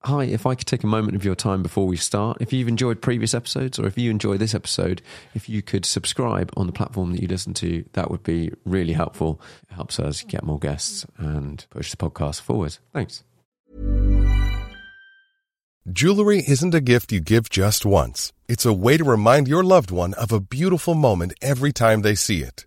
Hi, if I could take a moment of your time before we start, if you've enjoyed previous episodes or if you enjoy this episode, if you could subscribe on the platform that you listen to, that would be really helpful. It helps us get more guests and push the podcast forward. Thanks. Jewelry isn't a gift you give just once. It's a way to remind your loved one of a beautiful moment every time they see it.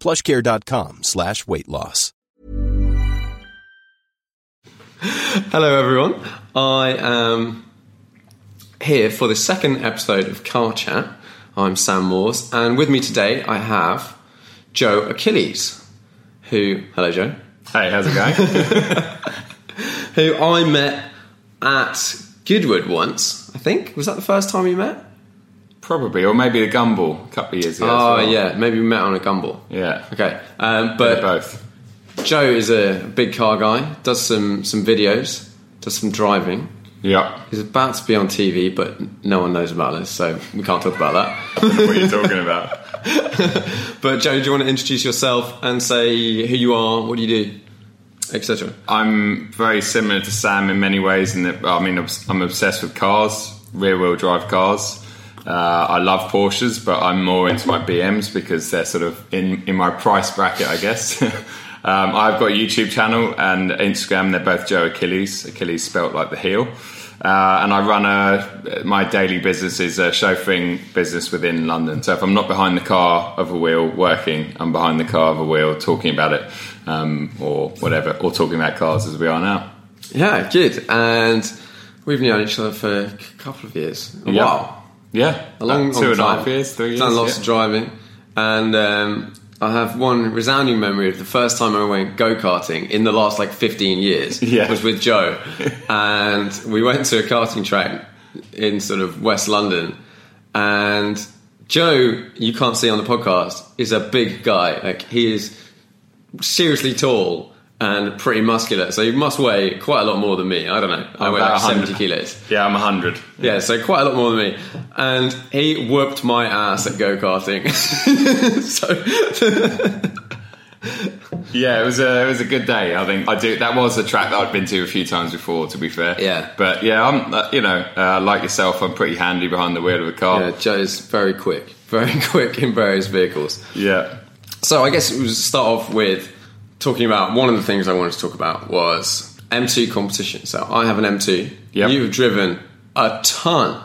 PlushCare.com slash weight loss. Hello, everyone. I am here for the second episode of Car Chat. I'm Sam Moores, and with me today I have Joe Achilles, who, hello, Joe, Hey, how's it going? who I met at Goodwood once, I think. Was that the first time we met? Probably, or maybe the Gumball a couple of years ago. as Oh, well. yeah, maybe we met on a gumball. Yeah. Okay, um, They're but both. Joe is a big car guy, does some, some videos, does some driving. Yeah. He's about to be on TV, but no one knows about this, so we can't talk about that. What are you talking about? But Joe, do you want to introduce yourself and say who you are, what do you do, etc.? I'm very similar to Sam in many ways, in that I mean, obs- I'm obsessed with cars, rear wheel drive cars. Uh, I love Porsches, but I'm more into my BMs because they're sort of in, in my price bracket, I guess. um, I've got a YouTube channel and Instagram. They're both Joe Achilles, Achilles spelt like the heel. Uh, and I run a my daily business is a chauffeuring business within London. So if I'm not behind the car of a wheel working, I'm behind the car of a wheel talking about it um, or whatever, or talking about cars as we are now. Yeah, good. And we've known each other for a c- couple of years. A Yeah. while. Yeah, A long, two long and a time. half years, three Uh, Done years. lots yeah. of driving. And um, I have one resounding memory of the first time I went go karting in the last like 15 years Yeah. was with Joe. and we went to a karting track in sort of West London. And Joe, you can't see on the podcast, is a big guy. Like, he is seriously tall and pretty muscular. So he must weigh quite a lot more than me. I don't know. I weigh About like 70 100. kilos. Yeah, I'm hundred. Yeah, so quite a lot more than me. And he whooped my ass at go karting. so Yeah, it was a it was a good day. I think I do. That was a track that I'd been to a few times before. To be fair, Yeah. But yeah, I'm uh, you know uh, like yourself, I'm pretty handy behind the wheel of a car. yeah, Joe's very quick, very quick in various vehicles. yeah. So I guess we'll start off with talking about one of the things I wanted to talk about was M2 competition. So I have an M2. Yep. You've driven a ton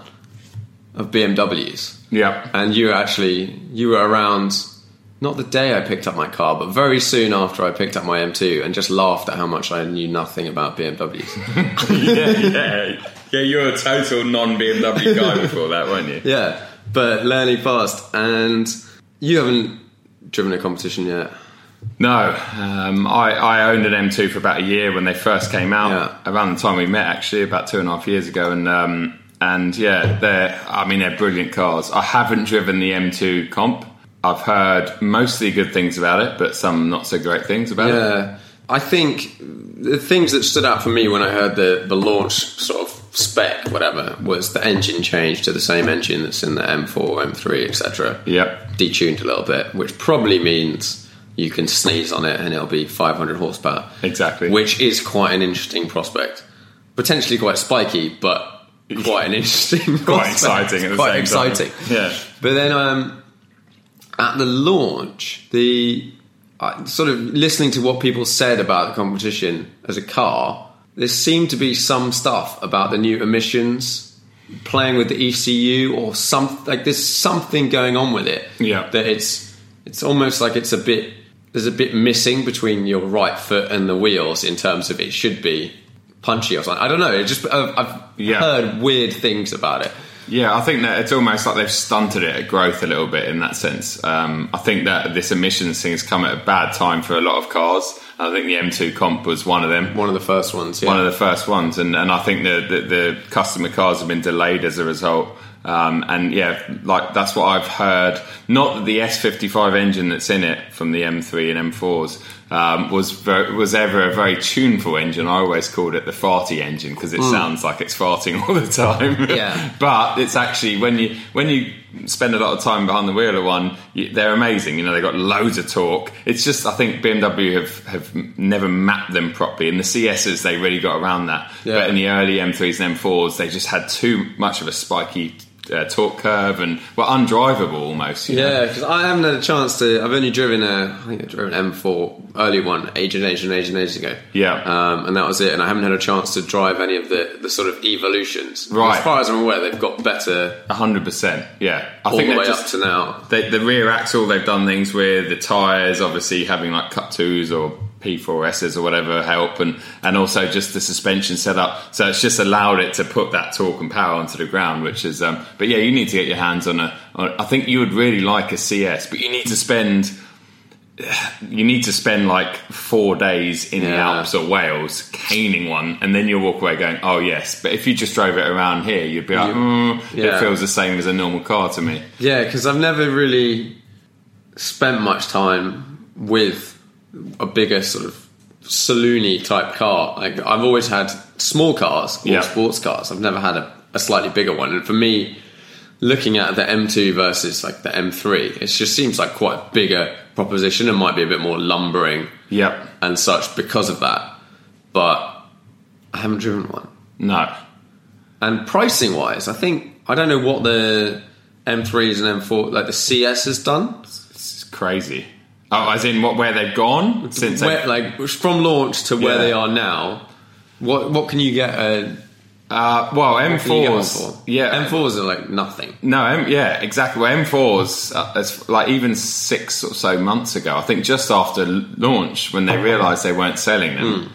of BMWs. Yeah. and you were actually you were around not the day I picked up my car, but very soon after I picked up my M2, and just laughed at how much I knew nothing about BMWs. yeah, yeah, yeah. You were a total non BMW guy before that, weren't you? yeah, but learning fast, and you haven't driven a competition yet. No, um, I, I owned an M2 for about a year when they first came out. Yeah. Around the time we met, actually, about two and a half years ago, and um, and yeah, they're I mean they're brilliant cars. I haven't driven the M2 comp. I've heard mostly good things about it, but some not so great things about it. Yeah, I think the things that stood out for me when I heard the the launch sort of spec, whatever, was the engine change to the same engine that's in the M4, M3, etc. Yep. detuned a little bit, which probably means you can sneeze on it and it'll be 500 horsepower. Exactly. Which is quite an interesting prospect. Potentially quite spiky, but quite an interesting Quite prospect. exciting at the Quite same time. exciting. Yeah. But then um, at the launch, the uh, sort of listening to what people said about the competition as a car, there seemed to be some stuff about the new emissions playing with the ECU or some like there's something going on with it. Yeah. that it's it's almost like it's a bit there's a bit missing between your right foot and the wheels in terms of it should be punchy or something. I don't know. It just I've, I've Yeah. heard weird things about it. Yeah, I think that it's almost like they've stunted it at growth a little bit in that sense. Um, I think that this emissions thing has come at a bad time for a lot of cars. I think the M2 comp was one of them. One of the first ones. Yeah. one of the first ones, and, and I think the, the the customer cars have been delayed as a result. Um, and yeah, like that's what I've heard. Not that the S55 engine that's in it from the M3 and M4s um, was ver- was ever a very tuneful engine. I always called it the farty engine because it sounds like it's farting all the time. Yeah. but it's actually when you when you spend a lot of time behind the wheel of one, you, they're amazing. You know, they've got loads of torque. It's just I think BMW have have never mapped them properly. In the CSs, they really got around that. Yeah. But in the early M3s and M4s, they just had too much of a spiky. Uh, torque curve and were undrivable almost. You know? Yeah, because I haven't had a chance to. I've only driven a, I think I drove an M4 early one, age and age and age and ages ago. Yeah. um, and that was it. And I haven't had a chance to drive any of the the sort of evolutions. Right. as far as I'm aware, they've got better hundred percent. Yeah, I all the they're way up to now. they, the rear axle they've done things with the tires obviously having like cut twos or p4s's or whatever help and and also just the suspension setup so it's just allowed it to put that torque and power onto the ground which is um but yeah you need to get your hands on a on, i think you would really like a cs but you need to spend you need to spend like four days in the Yeah. Alps or Wales caning one, and then you'll walk away going, "Oh yes." But if you just drove it around here, you'd be like, mm, Yeah. "It feels the same as a normal car to me." Yeah, because I've never really spent much time with a bigger sort of saloony type car. Like I've always had small cars or Yeah. sports cars. I've never had a, a slightly bigger one. And for me, looking at the M2 versus like the M3, it just seems like quite a bigger proposition and might be a bit more lumbering Yep. and such because of that. But I haven't driven one. No. And pricing wise, I think I don't know what the M3s and M4 like the CS has done. It's crazy. Oh, as in what where they've gone since? Where, they like from launch to where Yeah. they are now, what what can you get? Uh, uh, well, what can you get one M4s. for? Yeah, M4s are like nothing. No, M- yeah, exactly. Well, M4s, uh, as, like even six or so months ago, I think just after l- launch, when they Oh. realised they weren't selling them, Hmm.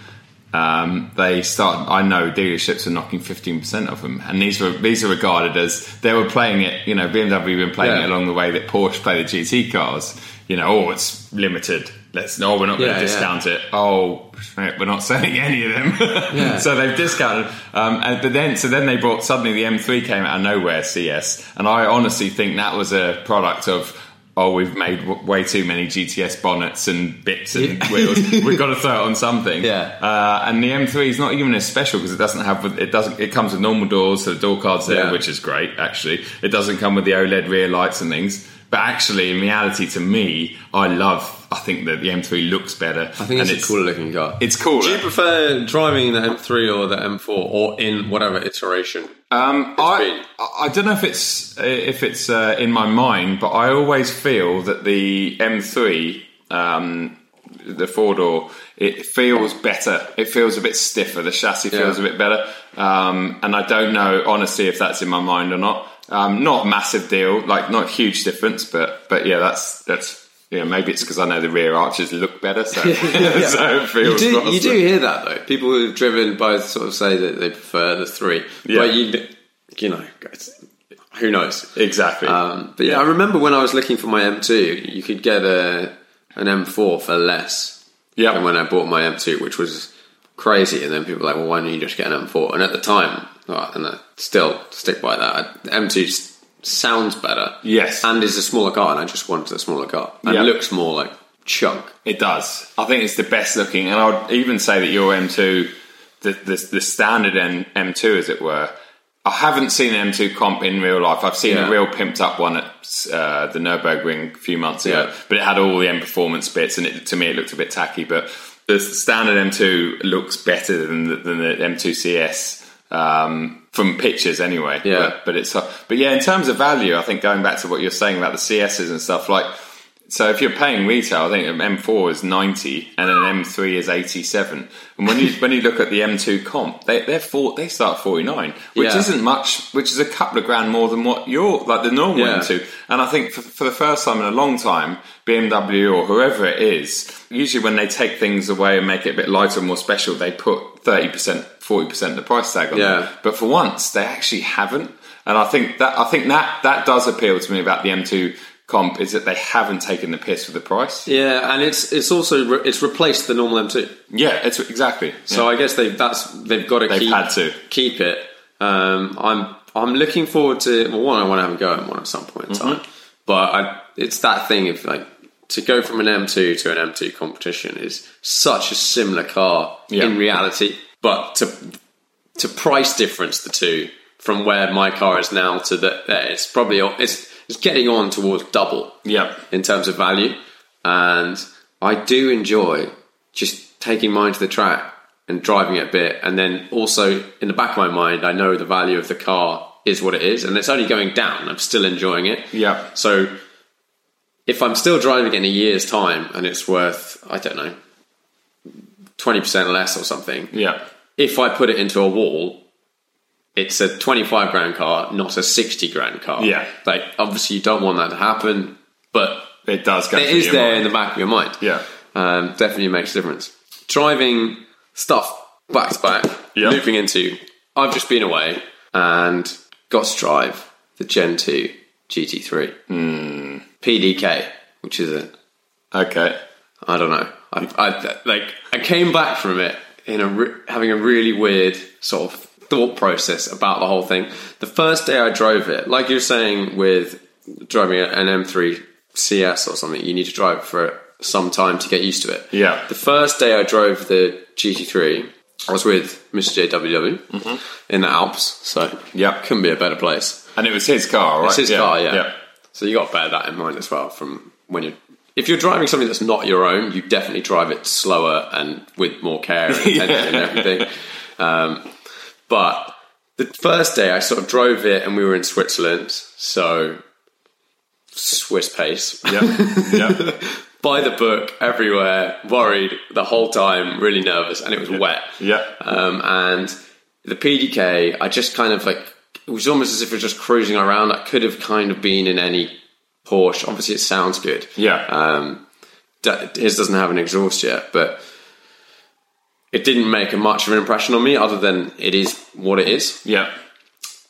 um, they started. I know dealerships are knocking fifteen percent of them, and these were these are regarded as they were playing it. You know, BMW been playing Yeah. it along the way that Porsche play the GT cars. You know, oh, it's limited. Let's no, we're not going Yeah, to yeah. discount it. Oh, shit, we're not selling any of them. so they've discounted. Um, and, but then, so then they brought suddenly the M3 came out of nowhere, CS, and I honestly think that was a product of. Oh, we've made w- way too many GTS bonnets and bits and Yeah. wheels. We've got to throw it on something. Yeah. Uh, and the M3 is not even as special because it doesn't have it doesn't it comes with normal doors, so the door cards there, Yeah. which is great actually. It doesn't come with the OLED rear lights and things. But actually, in reality, to me, I love. I think that the M3 looks better. I think and it's, a cooler looking car. It's cooler. Do you prefer driving the M3 or the M4 or in whatever iteration? Um, It's I, been- I I don't know if it's if it's uh, in my mind, but I always feel that the M3, um, the four door, it feels better. It feels a bit stiffer. The chassis feels Yeah. a bit better, um, and I don't know honestly if that's in my mind or not. Um, not a massive deal, like not a huge difference, but but yeah, that's that's. Yeah, maybe it's because I know the rear arches look better, so, so it You feels. do, you faster. do hear that though. People who've driven both sort of say that they prefer the three, Yeah. but you you know, it's- who knows? exactly. Um, but yeah, I remember when I was looking for my M2, you could get a an M4 for less Yeah. than when I bought my M2, which was crazy. And then people were like, well, why don't you just get an M4? And at the time, oh, and I still stick by that. I- the M2 s- sounds better, Yes. and is a smaller car, and I just wanted a smaller car. And Yeah. it looks more like chunk. It does. I think it's the best looking, and I would even say that your M2, the the, the standard M, M2, as it were, I haven't seen an M2 comp in real life. I've seen Yeah. a real pimped up one at uh, the Nurburgring a few months ago, Yeah. but it had all the M performance bits, and it, to me it looked a bit tacky. But the standard M2 looks better than the, than the M2 CS um, from pictures, anyway. Yeah. But, but it's uh, but yeah, in terms of value, I think going back to what you're saying about the CSs and stuff, like so if you're paying retail, I think an M4 is 90 and an M3 is 87. And when you when you look at the M2 comp, they they're four, they start at 49, which Yeah. isn't much, which is a couple of grand more than what you're like the normal Yeah. M2. And I think for, for the first time in a long time, BMW or whoever it is, usually when they take things away and make it a bit lighter and more special, they put 30%, 40% of the price tag on Yeah. them. But for once, they actually haven't. And I think that I think that that does appeal to me about the M2 comp is that they haven't taken the piss with the price. Yeah, and it's it's also re- it's replaced the normal M2. Yeah, it's exactly. So I Yeah. guess they've that's they've got to They've keep had to. keep it. Um, I'm I'm looking forward to well, one I want to have a go at one at some point in Mm-hmm. time, but I, it's that thing of like to go from an M2 to an M2 competition is such a similar car Yeah. in reality, but to to price difference the two from where my car is now to that that it's probably it's it's getting on towards double Yeah. in terms of value. And I do enjoy just taking mine to the track and driving it a bit. And then also in the back of my mind, I know the value of the car is what it is. And it's only going down. I'm still enjoying it. Yeah. So if I'm still driving it in a year's time and it's worth, I don't know, 20% less or something. yeah, If I put it into a wall, it's a 25 grand car, not a 60 grand car. Yeah. Like, obviously, you don't want that to happen, but it does go. it through is your there in mind. the back of your mind. Yeah. um, definitely makes a difference. Driving stuff back to back, Yeah. looping into. I've just been away and got to drive the Gen Two GT3 Hmm. PDK, which is a Okay. I don't know. I, I like I came back from it in a re- having a really weird sort of thought process about the whole thing. The first day I drove it, like you were saying with driving an M3 CS or something, you need to drive it for some time to get used to it. Yeah. The first day I drove the GT3, I was with Mr. JWW in the Alps, so Mm-hmm. Yeah. couldn't be a better place. And it was his car, right? It's his yeah. car, yeah. So you got to bear that in mind as well. From when you, are if you're driving something that's not your own, you definitely drive it slower and with more care and attention and everything. Um, but the first day, I sort of drove it, and we were in Switzerland, so Swiss pace Yeah. yeah. by the book everywhere, worried the whole time, really nervous, and it was wet. Yeah. Um, and the PDK, I just kind of like it was almost as if it was just cruising around. I could have kind of been in any Porsche. Obviously, it sounds good. Yeah. Um, d- his doesn't have an exhaust yet, but it didn't make a much of an impression on me, other than it is what it is. Yeah.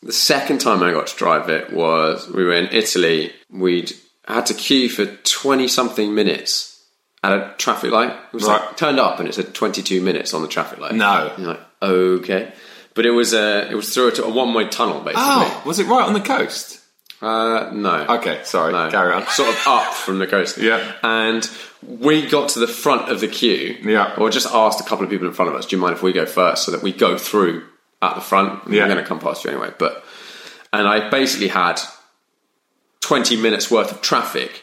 The second time I got to drive it was we were in Italy. We'd had to queue for 20 something minutes at a traffic light. It was like Right. turned up and it said 22 minutes on the traffic light. No. You're like, okay. But it was a, it was through a, t- a one way tunnel basically. Oh, was it right on the coast? Uh, no. Okay, sorry. Carry on. Sort of up from the coast. Yeah. And we got to the front of the queue. Yeah. Or just asked a couple of people in front of us, do you mind if we go first so that we go through at the front? Yeah. We're going to come past you anyway. But, and I basically had 20 minutes worth of traffic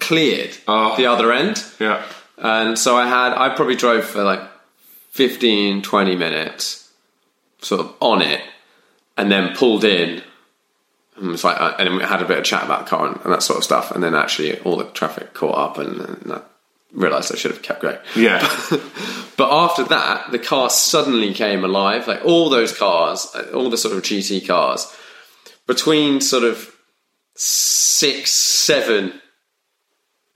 cleared Oh. the other end. Yeah. And so I had, I probably drove for like 15, 20 minutes, sort of on it, and then pulled in. And was like, uh, and then we had a bit of chat about the car and, and that sort of stuff. And then actually, all the traffic caught up, and, and I realised I should have kept going. Yeah. But after that, the car suddenly came alive. Like all those cars, uh, all the sort of GT cars, between sort of six, seven,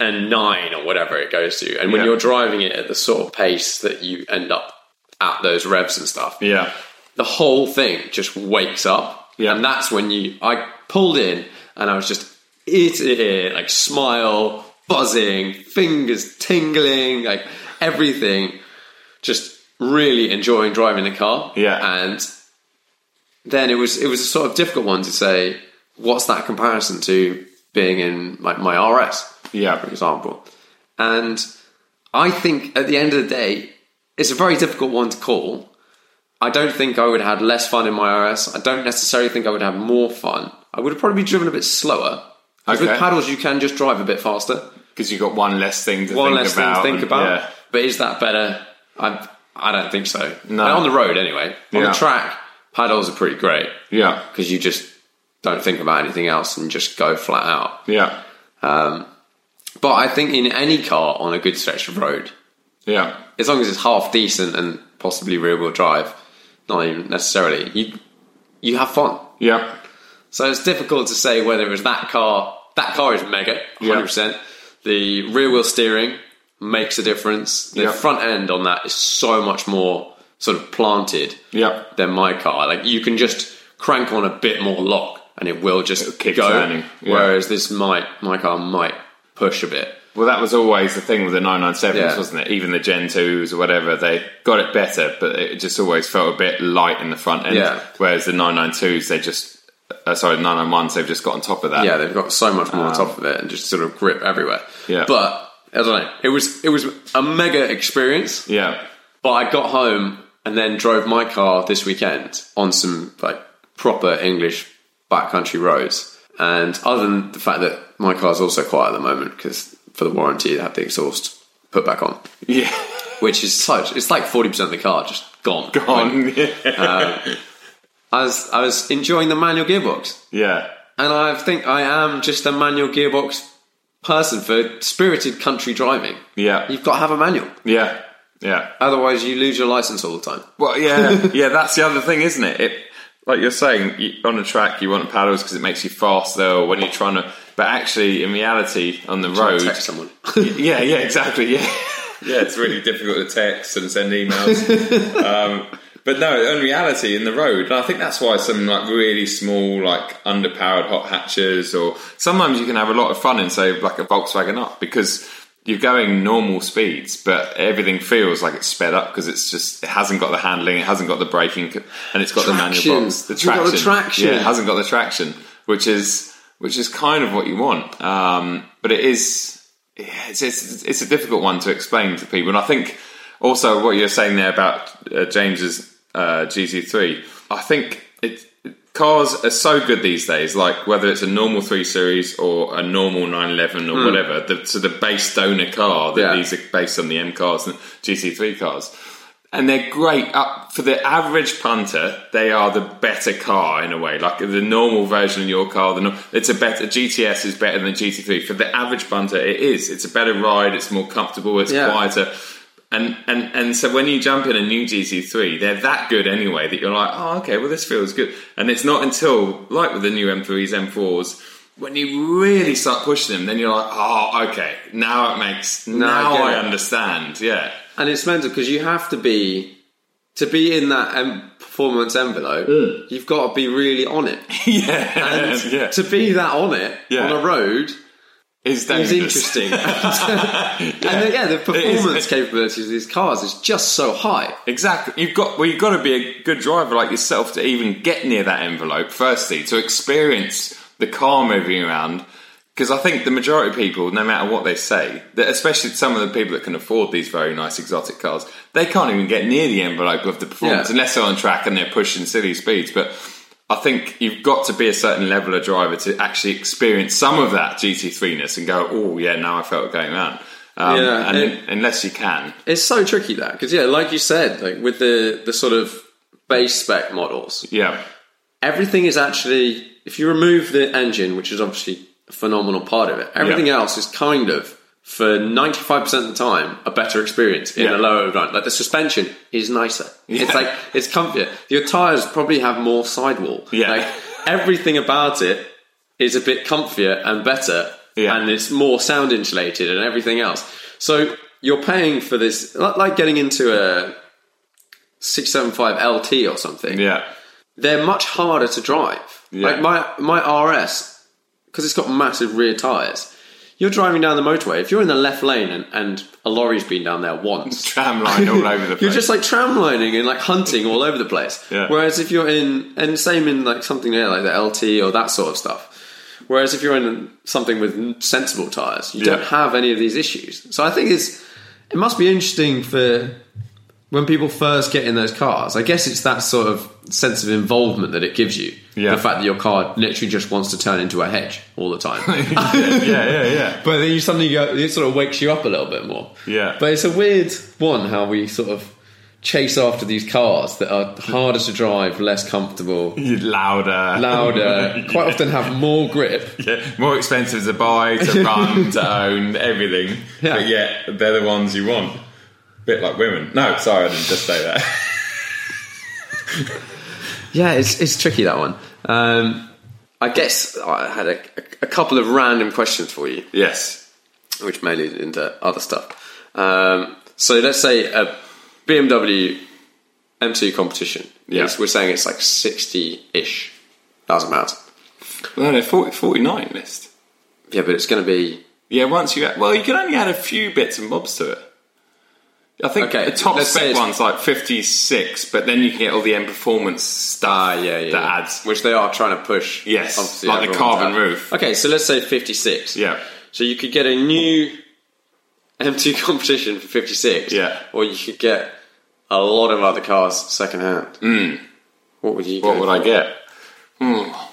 and nine, or whatever it goes to. And when Yeah. you're driving it at the sort of pace that you end up at those revs and stuff, yeah. the whole thing just wakes up. Yeah. And that's when you, I pulled in and I was just it, it like smile, buzzing, fingers tingling, like everything. Just really enjoying driving the car. Yeah. And then it was, it was a sort of difficult one to say, what's that comparison to being in like my RS? Yeah. For example. And I think at the end of the day, it's a very difficult one to call I don't think I would have had less fun in my RS. I don't necessarily think I would have more fun. I would have probably driven a bit slower. 'Cause With Okay. paddles, you can just drive a bit faster. because you got one less thing to One think less thing about. to think and- about. yeah. But is that better? I I don't think so. No. on the road anyway. On Yeah. the track, paddles are pretty great Yeah, because you just don't think about anything else and just go flat out. yeah, Um, but I think in any car on a good stretch of road, yeah, as long as it's half decent and possibly rear wheel drive, not even necessarily, you you have fun. yeah. So it's difficult to say whether it was that car. That car is mega, Yeah. 100%. The rear wheel steering makes a difference. The Yeah. front end on that is so much more sort of planted Yeah. than my car. Like you can just crank on a bit more lock and it will just It'll kick go. turning, yeah. Whereas this might, my car might push a bit. Well, that was always the thing with the 997s, Yeah. wasn't it? Even the Gen 2s or whatever, they got it better, but it just always felt a bit light in the front end. Yeah. Whereas the 992s, they just, uh, sorry, the 991s, they've just got on top of that. yeah, they've got so much more on top of it and just sort of grip everywhere. uh, Yeah. But I don't know. It was it was a mega experience. Yeah. But I got home and then drove my car this weekend on some like proper English backcountry roads. And other than the fact that my car's also quiet at the moment because for the warranty they had the exhaust put back on, Yeah. which is such it's like forty percent of the car just gone. Like, um, On, I was I was enjoying the manual gearbox, yeah. and I think I am just a manual gearbox person for spirited country driving. Yeah. You've got to have a manual, Yeah. Yeah. otherwise you lose your license all the time. Well, yeah, yeah. That's the other thing, isn't it? it like you're saying, you, on a track you want paddles because it makes you faster. Or when you're trying to, but actually, in reality, on the road, Text someone. yeah, yeah, exactly, yeah, yeah. It's really difficult to text and send emails. um, but no, in reality, in the road, and I think that's why some like really small, like underpowered hot hatches, or sometimes you can have a lot of fun in say like a Volkswagen up because you're going normal speeds, but everything feels like it's sped up because it's just it hasn't got the handling, it hasn't got the braking, and it's got the Traction. manual box, the It's not got traction, the traction. yeah, it hasn't got the traction, which is which is kind of what you want, um, but it is yeah, it's, it's, it's a difficult one to explain to people. And I think also what you're saying there about uh, James's uh, GT3, I think it, cars are so good these days. Like whether it's a normal three series or a normal 911 or whatever, the, so the base donor car that Yeah. these are based on the M cars and GT3 cars. And they're great up for the average punter. They are the better car in a way, like the normal version of your car. The no- it's a better GTS is better than GT3 for the average punter. It is. It's a better ride. It's more comfortable. It's Yeah. quieter. And, and and so when you jump in a new GT3, they're that good anyway that you're like, oh, okay, well this feels good. And it's not until like with the new M3s, M4s, when you really start pushing them, then you're like, oh, okay, now it makes I now, get I it. understand. Yeah, And it's mental because you have to be to be in that um, performance envelope. You've got to be really on it. Hmm. yeah, And yeah. to be that on it Yeah. on a road It's is dangerous. interesting. And the, yeah, the performance capabilities of these cars is just so high. Exactly. You've got well, you've got to be a good driver like yourself to even get near that envelope. Firstly, to experience the car moving around, because I think the majority of people, no matter what they say, that especially some of the people that can afford these very nice exotic cars, they can't even get near the envelope of the performance Yeah. unless they're on track and they're pushing silly speeds. But I think you've got to be a certain level of driver to actually experience some of that GT3 ness and go, oh yeah, now I felt going around. Um, Yeah, and it- unless you can, It's so tricky that because yeah, like you said, like with the the sort of base spec models, yeah, everything is actually if you remove the engine, which is obviously a phenomenal part of it, everything Yeah. else is kind of for ninety five percent of the time a better experience in Yeah. a lower run. Like the suspension is nicer. It's like it's comfier. Your tires probably have more sidewall. Yeah. Like everything about it is a bit comfier and better Yeah. and it's more sound insulated and everything else. So you're paying for this like like getting into a 675 LT or something yeah. they're much harder to drive. Yeah. Like my my RS, because it's got massive rear tires. You're driving down the motorway. If you're in the left lane and, and a lorry's been down there once, tram line all over the place. you're just like tramlining and like hunting all over the place. Yeah. Whereas if you're in and same in like something there like the LT or that sort of stuff. Whereas if you're in something with sensible tires, you Yeah. don't have any of these issues. So I think it's it must be interesting for when people first get in those cars, I guess it's that sort of sense of involvement that it gives you. Yeah. The fact that your car literally just wants to turn into a hedge all the time. yeah, yeah, yeah. But then you suddenly go, it sort of wakes you up a little bit more. Yeah. But it's a weird one how we sort of chase after these cars that are harder to drive, less comfortable, You're louder, louder, Yeah. quite often have more grip. Yeah, more expensive to buy, to run, to own, everything. Yeah. But yet they're the ones you want. bit like women. No, sorry, I didn't just say that. Yeah, it's, it's tricky that one. Um, I guess I had a, a couple of random questions for you. yes. which may lead into other stuff. Um, so let's say a BMW M2 competition. Yeah. Yes, we're saying it's like sixty-ish thousand pounds. No, no, 40, 49 list. Yeah, but it's going to be Yeah, once you well, you can only add a few bits and bobs to it. I think Okay, the top let's say spec it's- one's like fifty six, but then you can get all the end performance stuff. ah yeah yeah That yeah. adds. which they are trying to push. Yes, obviously, like the everyone to carbon have. roof. Okay, so let's say fifty-six. Yeah. So you could get a new M2 competition for fifty-six. Yeah. Or you could get a lot of other cars secondhand. Mm. What would you? Hmm. What go would for? I get? Hmm.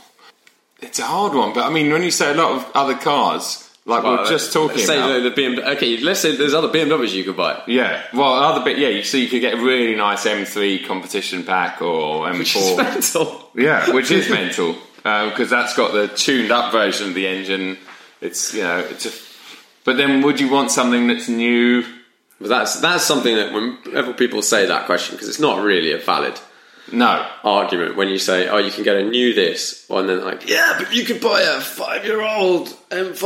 It's a hard one, but I mean, when you say a lot of other cars, like we we're Well, just talking let's say about. the BMW. Okay, let's say there's other BMWs you could buy. Yeah, well, other bit, yeah. You see, you could get a really nice M3 competition pack or M4, Which is mental. yeah, which is mental because that's got the tuned up version of the engine. It's you know, it's a, but then would you want something that's new? But that's that's something that whenever people say that question, because it's not really a valid No, argument when you say, "Oh, you can get a new this," and then like, "Yeah, but you could buy a five-year-old M5,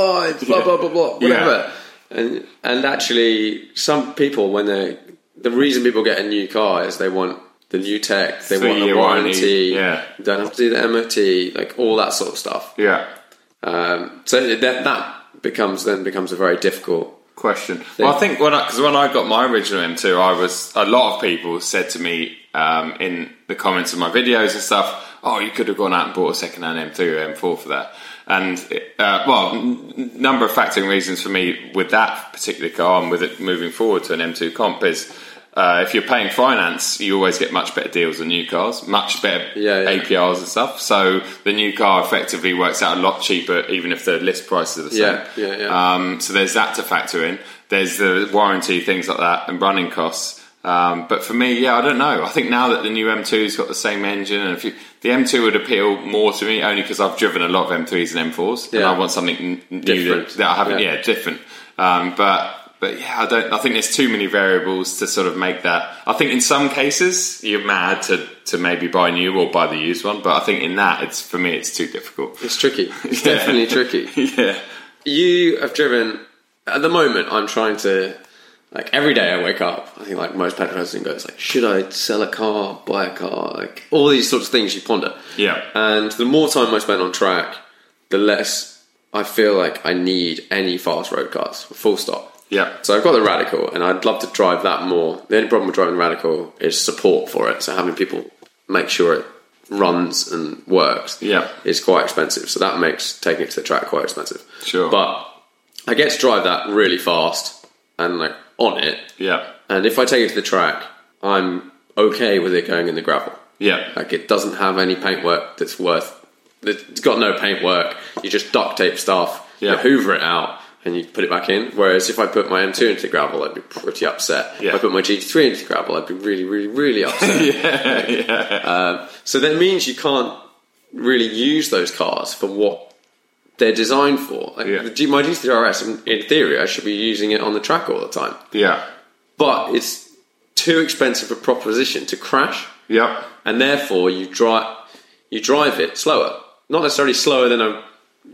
blah Yeah. blah blah blah, Yeah. whatever." And and actually, some people when they the reason people get a new car is they want the new tech, they want the Three-year warranty, warranty, yeah. don't have to do the MOT, like all that sort of stuff. yeah. Um, so that that becomes then becomes a very difficult. Question. Well, I think when because when I got my original M2, I was a lot of people said to me um, in the comments of my videos and stuff, "Oh, you could have gone out and bought a second-hand M3 or M4 for that." And uh, well, n- n- number of factoring reasons for me with that particular car and with it moving forward to an M2 comp is. Uh, if you're paying finance, you always get much better deals on new cars, much better Yeah, yeah. APRs and stuff. So the new car effectively works out a lot cheaper, even if the list prices are the same. Yeah, yeah, yeah. Um, so there's that to factor in. There's the warranty, things like that, and running costs. Um, but for me, yeah, I don't know. I think now that the new M2's got the same engine, and if you, the M2 would appeal more to me, only because I've driven a lot of M3s and M4s, and Yeah. I want something n- new Different. that, that I haven't. Yeah. Yeah, different. Um, but but yeah, I don't. I think there's too many variables to sort of make that. I think in some cases you're mad to to maybe buy new or buy the used one, but I think in that it's for me it's too difficult. It's tricky. It's definitely tricky. yeah. you have driven at the moment i'm trying to like every day i wake up i think like most person goes like should i sell a car buy a car like all these sorts of things you ponder Yeah. and the more time i spend on track the less i feel like i need any fast road cars full stop Yeah. so i've got the radical and i'd love to drive that more the only problem with driving the radical is support for it so having people make sure it runs and works Yeah. is quite expensive so that makes taking it to the track quite expensive Sure. but I get to drive that really fast and like on it. Yeah. And if I take it to the track, I'm okay with it going in the gravel. Yeah. Like it doesn't have any paintwork that's worth. It's got no paintwork. You just duct tape stuff. Yeah. You hoover it out and you put it back in. Whereas if I put my M2 into the gravel, I'd be pretty upset. Yeah. If I put my GT3 into the gravel, I'd be really, really, really upset. Um, so that means you can't really use those cars for what they're designed for. Like Yeah. the G- my GT3 RS, in, in theory, I should be using it on the track all the time. Yeah. But it's too expensive a proposition to crash Yep. and therefore you drive you drive it slower. Not necessarily slower than a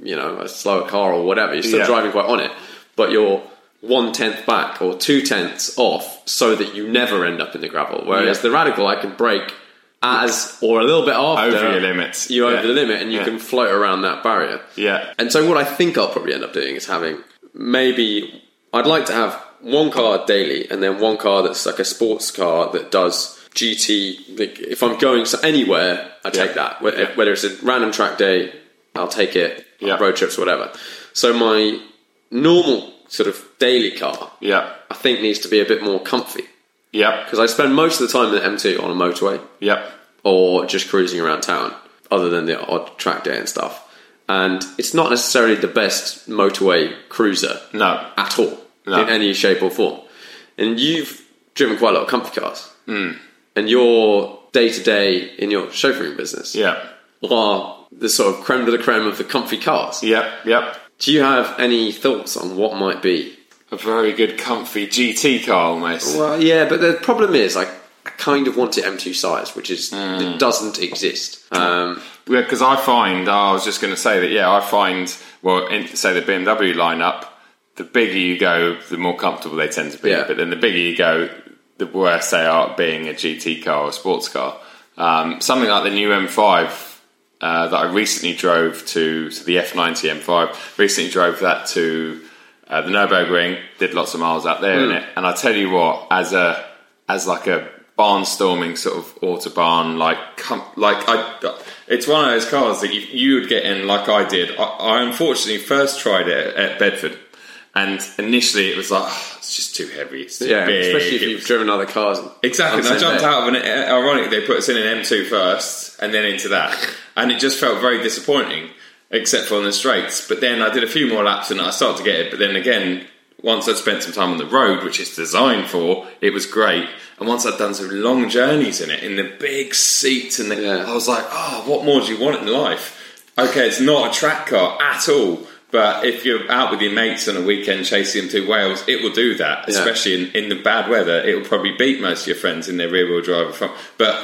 you know a slower car or whatever. You're still Yeah. driving quite on it, but you're one tenth back or two tenths off, so that you never end up in the gravel. Whereas Yeah. the radical, I can brake as or a little bit after Over your limits. You Yeah. over the limit, and you Yeah. can float around that barrier. Yeah. And so what I think I'll probably end up doing is having maybe I'd like to have one car daily and then one car that's like a sports car that does GT. Like if I'm going so- anywhere, I take Yeah. that. Whether, whether it's a random track day, I'll take it. Yeah. Road trips, whatever. So my normal sort of daily car, Yeah. I think needs to be a bit more comfy. Yep. Because I spend most of the time in the M2 on a motorway Yep. or just cruising around town, other than the odd track day and stuff. And it's not necessarily the best motorway cruiser No. at all No. in any shape or form. And you've driven quite a lot of comfy cars, Hmm. and your day to day in your chauffeuring business Yep. are the sort of creme de la creme of the comfy cars. Yep. Yep. Do you have any thoughts on what might be? A very good, comfy GT car almost. Well, yeah, but the problem is, like, I kind of want it M2 size, which Hmm. is it doesn't exist. Um, Yeah, because I find I was just going to say that. Yeah, I find well, in, say the BMW lineup, the bigger you go, the more comfortable they tend to be. Yeah. But then the bigger you go, the worse they are at being a GT car or a sports car. Um, something like the new M5 uh, that I recently drove to, so the F90 M5. Recently drove that to uh, the Nurburgring. Did lots of miles out Hmm. there in it, and I tell you what, as a as like a barnstorming sort of autobahn, like com- like I, it's one of those cars that you, you would get in, like I did. I, I unfortunately first tried it at Bedford. And initially, it was like "Oh, it's just too heavy. It's too yeah, big. especially if It you've driven other cars. Exactly. on And I jumped Sunday. out of an. Ironically, they put us in an M2 first, and then into that, and it just felt very disappointing, except for on the straights. But then I did a few more laps, and I started to get it. But then again, once I'd spent some time on the road, which it's designed for, it was great. And once I'd done some long journeys in it, in the big seats, and the, Yeah. I was like, oh, what more do you want in life? Okay, it's not a track car at all. But if you're out with your mates on a weekend chasing them to Wales, it will do that, Yeah. especially in, in the bad weather, it will probably beat most of your friends in their rear wheel drive. or front. But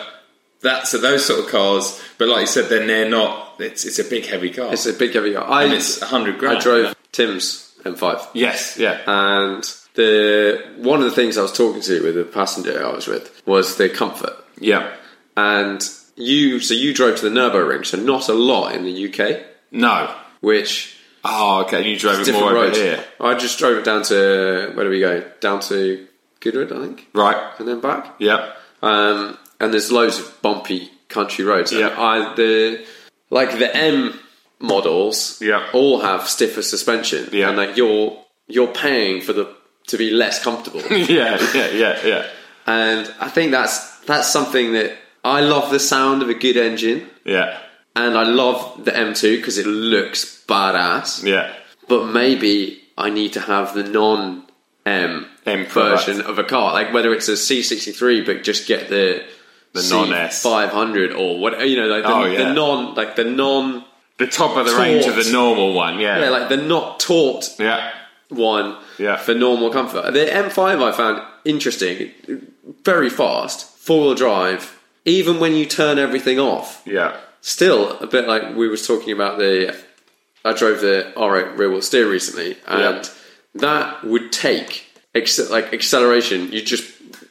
that's those sort of cars. But like you said, then they're not. It's, it's a big heavy car. It's a big heavy car. I, And it's 100 grand. I drove Tim's M5. yes, yeah, And the one of the things I was talking to with the passenger I was with was the comfort. yeah. And you, so you drove to the Nurburgring, so not a lot in the UK, No. which Oh, okay. You drove it different more roads. over here, I just drove it down to where do we go? Down to Goodwood, I think, right? and then back. Yeah, Um, and there's loads of bumpy country roads. And Yeah. I the like the M models. Yeah. All have stiffer suspension. Yeah. And like you're you're paying for the to be less comfortable. yeah, yeah, yeah, yeah, and I think that's that's something that I love the sound of a good engine, yeah, and I love the M2 because it looks badass. yeah. But maybe I need to have the non M M product. version of a car, like whether it's a C63, but just get the The non-S. 500 or what you know, like the, Oh, yeah. the non, like the non, The top of the range of Taut. the normal one. Yeah, yeah, like the not taught yeah, one Yeah. for normal comfort. The M5 I found interesting, very fast, four wheel drive. Even when you turn everything off, yeah, still a bit like we was talking about the. I drove the R8 rear wheel steer recently, and Yeah. that would take acce- like acceleration. You just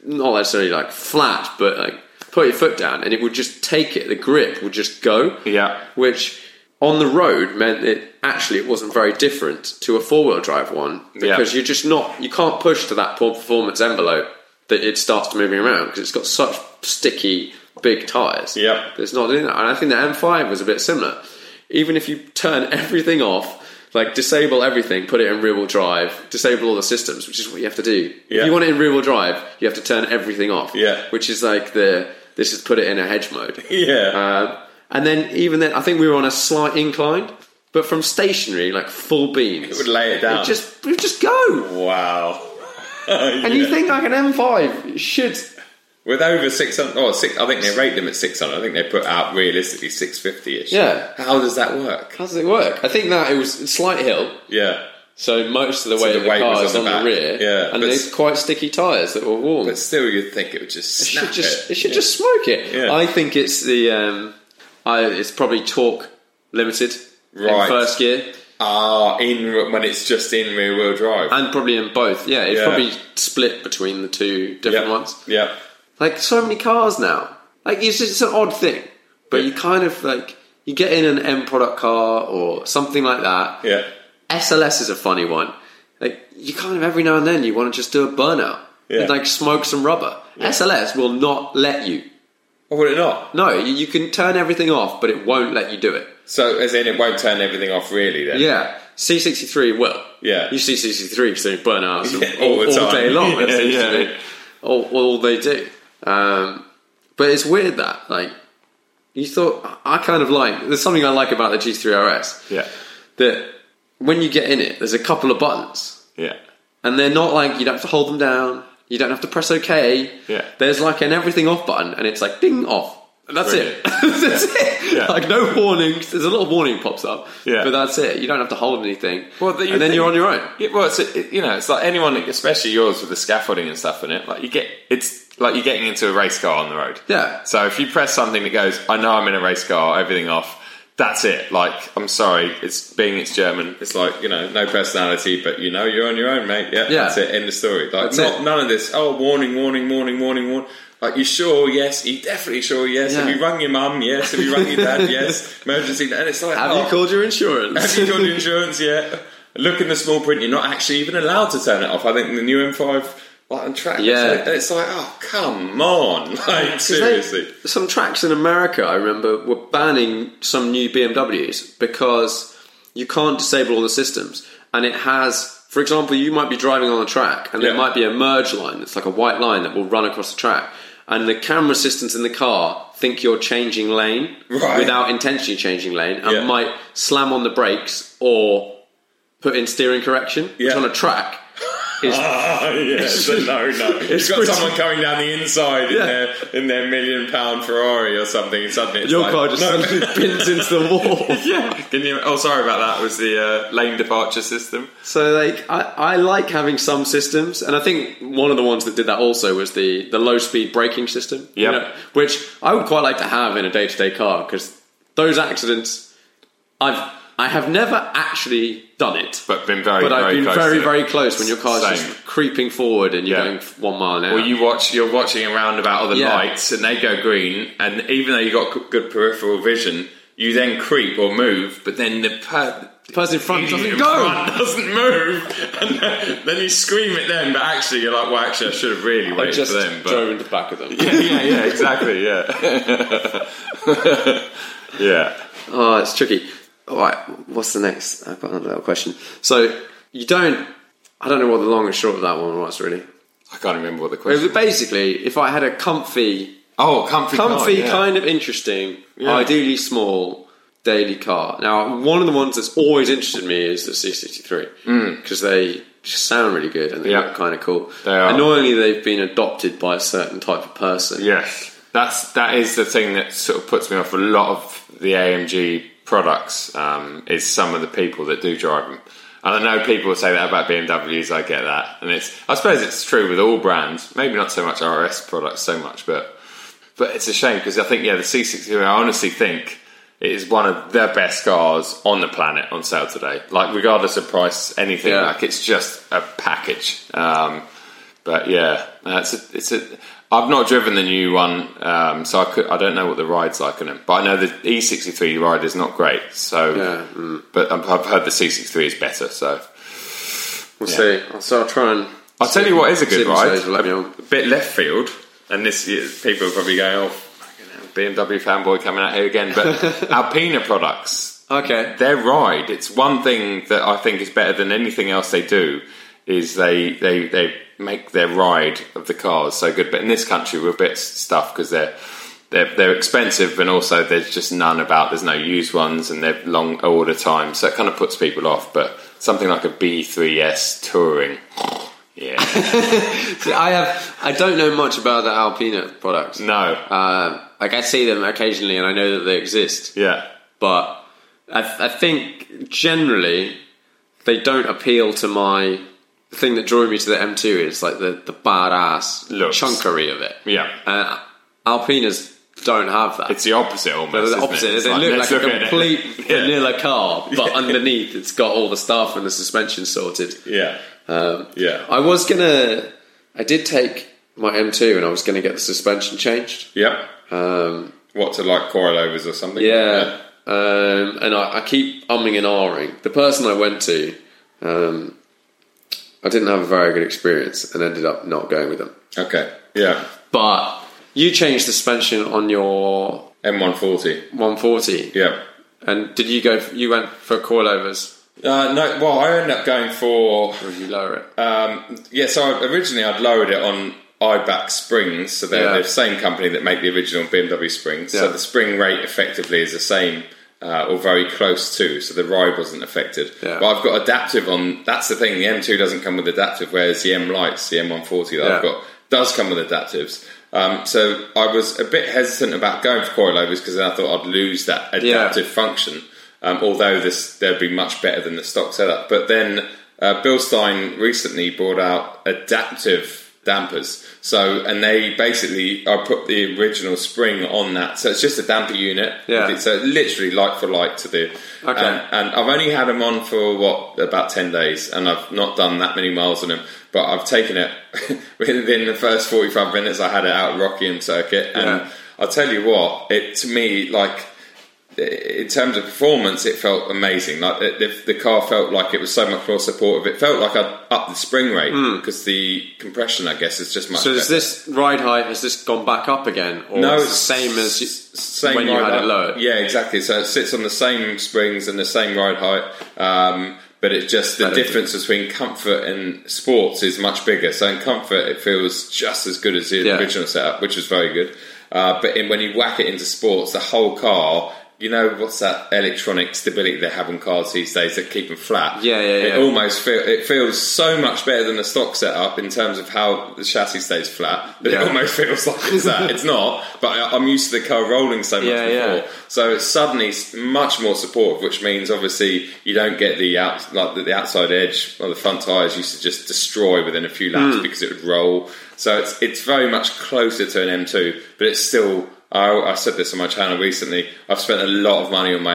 not necessarily like flat, but like put your foot down, and it would just take it. The grip would just go yeah. which on the road meant that actually it wasn't very different to a four wheel drive one because Yeah. you're just not you can't push to that poor performance envelope that it starts moving around because it's got such sticky big tires. Yeah. that it's not doing that. And I think the M5 was a bit similar. Even if you turn everything off, like disable everything, put it in rear wheel drive, disable all the systems, which is what you have to do. If Yeah. you want it in rear wheel drive, you have to turn everything off. Yeah. which is like the this is put it in a hedge mode. Yeah. Uh, and then even then, I think we were on a slight incline, but from stationary, like full beams, it would lay it down. just, it would just go. Wow. Uh, And you think like an M5 should? With over 600, or six, I think they rate them at 600. I think they put out realistically 650 ish. Yeah. How does that work? How does it work? I think that it was a slight hill, Yeah. so most of the So way the of the weight car was is on on the the, back. rear, Yeah, and but- there's quite sticky tires that were warm. But still, you'd think it would just It snap should just it. it should just smoke it. Yeah. I think it's the um, I, it's probably torque limited in Right. first gear. Ah, in when it's just in rear wheel drive. And probably in both, yeah. It's Yeah. probably split between the two different yeah. ones. Yeah. Like so many cars now. Like it's just it's an odd thing, but Yeah. you kind of like you get in an M product car or something like that. Yeah. SLS is a funny one. Like you kind of every now and then you want to just do a burnout Yeah. and like smoke some rubber. SLS will not let you. Or would it not? No, you, you can turn everything off, but it won't let you do it. So, as in, it won't turn everything off, really, then? Yeah, C63 will. Yeah. you see C63 doing burnouts Yeah, all, all the all time. day long. Yeah, essentially. yeah. all, all they do. Um, but it's weird that like you thought I kind of like there's something I like about the G3 RS. Yeah. That when you get in it, there's a couple of buttons, Yeah. and they're not like you don't have to hold them down. You don't have to press OK. Yeah. There's like an everything off button, and it's like ding off. And that's it. that's it. Yeah. Like no warnings. There's a little warning pops up. Yeah. But that's it. You don't have to hold anything. Well, that you and then think- you're on your own. Yeah, well, it's it, you know, it's like anyone, especially yours with the scaffolding and stuff in it. Like you get, it's like you're getting into a race car on the road. Yeah. So if you press something that goes, I know I'm in a race car, everything off. That's it. Like I'm sorry, it's being it's German. It's like you know, no personality, but you know, you're on your own, mate. Yeah, Yeah. that's it. End of story. Like That's not it. none of this. Oh, warning, warning, warning, warning, warning. Like you sure? Yes. You definitely sure? Yes. Yeah. Have you rung your mum? Yes. Have you rung your dad? yes. Emergency. And it's like, Have oh, you called your insurance? have you got the insurance yet? Look in the small print. You're not actually even allowed to turn it off. I think the new M5 like on track. Yeah. it's like, it's like, oh come on, like 'Cause they- seriously. some tracks in America, I remember, were banning some new BMWs because you can't disable all the systems. And it has, for example, you might be driving on a track and there Yeah. might be a merge line. It's like a white line that will run across the track. And the camera systems in the car think you're changing lane Right. without intentionally changing lane and Yeah. might slam on the brakes or put in steering correction, which Yeah. on a track is Ah, yeah, it's a no, no. You've got pretty- someone coming down the Yeah. inside in their in their million pound Ferrari or something. And suddenly, it's your like, car just no. suddenly pins into the wall. yeah. Can you? Oh, sorry about that. Was the uh, lane departure system? So like I, I like having some systems, and I think one of the ones that did that also was the the low speed braking system. you Yep. know, which I would quite like to have in a day to day car because those accidents, I've I have never actually done it, But been very, but I've been very close very to it. very close when your car's Same. just creeping forward and you're Yeah. going f- one mile an hour. Well, you watch. You're watching a roundabout of the Yeah. lights, and they go green. And even though you have got g- good peripheral vision, you then creep or move. But then the per- person in front doesn't idiot in go. front doesn't move, and then- then you scream at them. But actually, you're like, well, actually, I should have really I waited just for them. But drove into the back of them. yeah, yeah, yeah, exactly. Yeah, yeah. Oh, it's tricky. All right, what's the next? I've got another little question. So you don't. I don't know what the long and short of that one was really. I can't remember what the It question. was basically, if I had a comfy, Oh, comfy, car, comfy yeah. kind of interesting, Yeah. ideally small daily car. Now, one of the ones that's always interested me is the C63 because they just sound really good and they Mm. Yeah. look kind of cool. They are. Annoyingly, they've been adopted by a certain type of person. Yes, that's that is the thing that sort of puts me off a lot of the AMG products. Um, is some of the people that do drive them, and I know people say that about BMWs. I get that, and it's I suppose it's true with all brands. Maybe not so much RS products so much, but but it's a shame because I think yeah, the C60. I honestly think. It is one of the best cars on the planet on sale today. Like regardless of price, anything Yeah. like it's just a package. Um, but yeah, no, it's a, it's a. I've not driven the new one, um, so I could. I don't know what the ride's like on it, but I know the E63 ride is not great. So, Yeah, mm. but I've, I've heard the C63 is better. So We'll see. So I'll try and. I'll tell you what is a see good if Mercedes ride. will let me A, on. bit left field, and this is- people are probably going, "Oh, fucking hell, BMW fanboy coming out here again." But Alpina products, Okay. their ride it's one thing that i think is better than anything else they do is they they they make their ride of the cars so good but in this country we're a bit stuffed because they're they're, they're expensive and also there's just none about there's no used ones and they're long order time so it kind of puts people off but something like a b3s touring yeah See, I have. I don't know much about the Alpina products. no Uh, like I see them occasionally, and I know that they exist. yeah but I, I think generally they don't appeal to my the thing that drew me to the M2 is like the the badass Looks. chunkery of it. Yeah. uh, Alpinas don't have that. it's the opposite almost They're the isn't it? opposite. It's They look like let's a at it. complete Yeah. vanilla car, but underneath it's got all the stuff and the suspension sorted. yeah Um, Yeah. I was gonna. I did take my M2 and I was gonna get the suspension changed. yep Um, what to like coilovers or something yeah. Um, and I, I keep umming and ahhing. The person I went to, um, I didn't have a very good experience and ended up not going with them. okay yeah But you changed the suspension on your M140. 140. Yeah. And did you go? You went for coilovers, Uh, no, well, I ended up going for. or did you lower it? Um, yeah, so I, originally I'd lowered it on iBack springs, so they're Yeah. the same company that make the original BMW springs. So Yeah. the spring rate effectively is the same uh, or very close to, so the ride wasn't affected. Yeah. But I've got adaptive on. That's the thing. The M2 doesn't come with adaptive, whereas the M Lights, the M140 that I've Yeah. got, does come with adaptives. Um, so I was a bit hesitant about going for coilovers because I thought I'd lose that adaptive function. Um, although this, they'd be much better than the stock setup. But then uh, Bill Stein recently brought out adaptive dampers. So and they basically I put the original spring on that. So it's just a damper unit. Yeah. It's so literally like for like to the. Okay. And, and I've only had them on for what about ten days, and I've not done that many miles on them. But I've taken it within the first forty-five minutes. I had it out Rockingham circuit, and Yeah. I'll tell you what, it to me like in terms of performance, it felt amazing. Like the, the, the car felt like it was so much more supportive. It felt like I upped the spring rate because the compression, I guess, is just much. Hmm. So is better. this ride height has this gone back up again, or No, it's it's the same as you, s- same when you ride had height. it lowered? Yeah, exactly. So it sits on the same springs and the same ride height, um, but it's just the Better. difference between comfort and sports is much bigger. So in comfort, it feels just as good as the Yeah. original setup, which was very good. Uh, but in, when you whack it into sports, the whole car. You know what's that electronic stability they have on cars these days that keep them flat? Yeah, yeah, It yeah. almost feel, it feels so much better than the stock setup in terms of how the chassis stays flat that Yeah. it almost feels like it's that. It's not, but I, I'm used to the car rolling so much Yeah, before. yeah. So it's suddenly s- much more supportive, which means obviously you don't get the out, like the, the outside edge or the front tires used to just destroy within a few laps Hmm. because it would roll. So it's it's very much closer to an M2, but it's still. I, I said this on my channel recently. I've spent a lot of money on my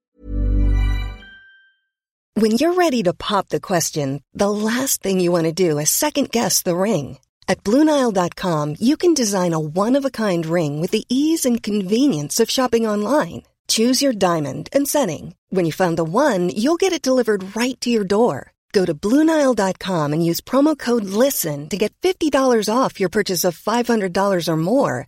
When you're ready to pop the question, the last thing you want to do is second guess the ring. At Bluenile.com, you can design a one of a kind ring with the ease and convenience of shopping online. Choose your diamond and setting. When you find the one, you'll get it delivered right to your door. Go to Bluenile.com and use promo code LISTEN to get $50 off your purchase of $500 or more.